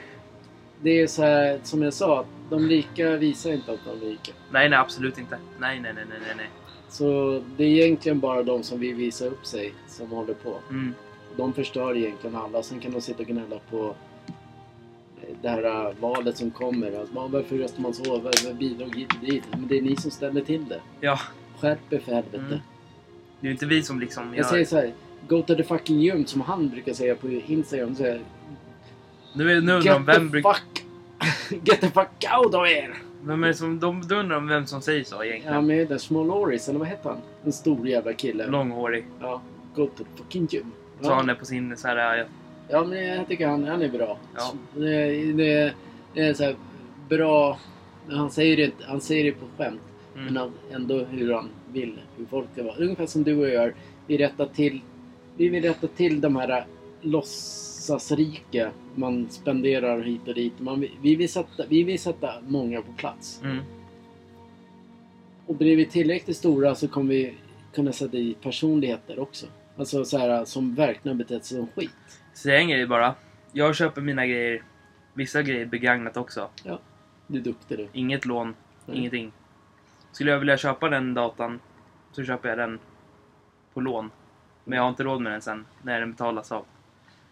det är så här, som jag sa, att de rika visar inte att de är rika. Nej, nej, absolut inte. Nej, nej, nej, nej, nej, nej. Så det är egentligen bara de som vill visa upp sig som håller på. Mm. De förstör egentligen alla. Sen kan de sitta och gnälla på det här äh, valet som kommer. Alltså, "Man, varför röstar man så? Varför bidrog hit och dit? Men det är ni som ställer till det. Ja. Skärp er för helvete. Mm. Det är ju inte vi som liksom... Jag Gör... säger så här. Go to the fucking gym som han brukar säga på Instagram. Så här, Nu, är- nu undrar de Get vem, the bruk... fuck! Get the fuck out of here! vem är det som... De, då undrar de vem som säger så Ja egentligen. men den Small Loris, eller vad hette han? En stor jävla kille. Långhårig. Ja. Go to the fucking gym. Så Ja. han är på sin så här... ja, Ja, men jag tycker han, han är bra. Ja. Det, det, det är så här bra... Han säger det, han säger det på skämt, men Mm. han, ändå hur han vill, hur folk ska vara. Ungefär som du och jag gör. Vi rättar till, vi vill rätta till de här äh, låtsasrika man spenderar hit och dit. Man, vill- vi, vill sätta, vi vill sätta många på plats. Mm. Och blir vi tillräckligt stora så kommer vi kunna sätta i personligheter också. Alltså så här som verkligen har betett sig som skit. Säg en grej bara. Jag köper mina grejer, vissa grejer begagnat också. Du är duktig du. Inget lån, Mm. ingenting. Skulle jag vilja köpa den datan så köper jag den på lån. Men jag har inte råd med den sen, när den betalas av.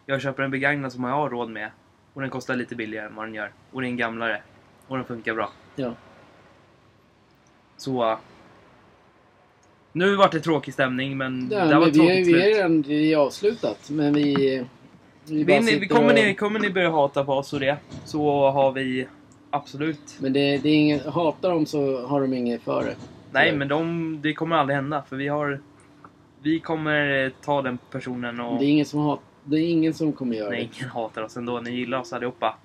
Jag köper en begagnad som jag har råd med och den kostar lite billigare än vad den gör. Och den är en gamlare. Och den funkar bra. Ja. Så... äh, Nu vart det tråkig stämning men Ja, det här var men ett vi, är, tråkigt vi är slut. redan vi är avslutat, men vi... Vi, bara Vill ni, sitter kommer, och- ni, kommer ni börja hata på oss och det så har vi absolut... Men det, det är ingen, hatar de så har de inget för det. Nej men de, det kommer aldrig hända för vi har... Vi kommer eh, ta den personen och... Det är ingen som hat, det är ingen som kommer göra Nej, ingen hatar oss ändå. Ni gillar oss allihopa.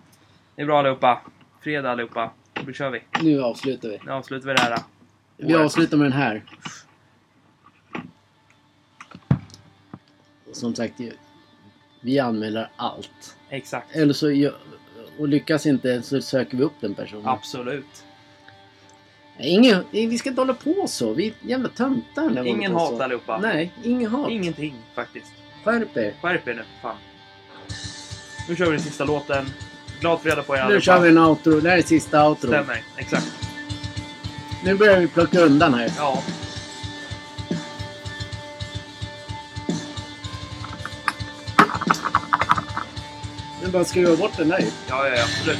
Det är bra allihopa. Fredag allihopa. Nu kör vi. det. Nu avslutar vi. Nu avslutar vi det här. Vi avslutar med den här. Och Som sagt, vi anmäler allt. Exakt. Eller så... gör- Och lyckas inte så söker vi upp den personen. Absolut. Ingen, vi ska inte hålla på så. Vi är jävla töntar när vi Ingen håller på hat så. allihopa. alltså. Nej, ingen hat. Ingenting faktiskt. Skärp er. Skärp er nu för fan. Nu kör vi den sista låten. Glad fredag på er Nu kör vi en outro. Det här är sista outro. Stämmer. Exakt. Nu börjar vi plocka undan här. Ja. Nu bara skruva bort den där ju. Ja, ja, ja, absolut.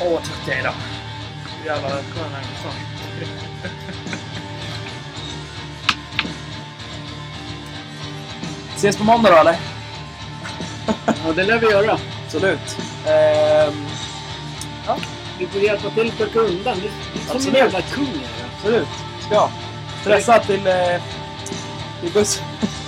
Åh, vad trött jag är idag. Jävla skön Agnesson. Ses på måndag då eller? Ja, det lär vi göra. Absolut. Ehm, Vi får hjälpa till att plocka undan. Vi vi är som en Absolut. jävla kung. är det. absolut. Ska jag. Stressa till, eh, till bussen.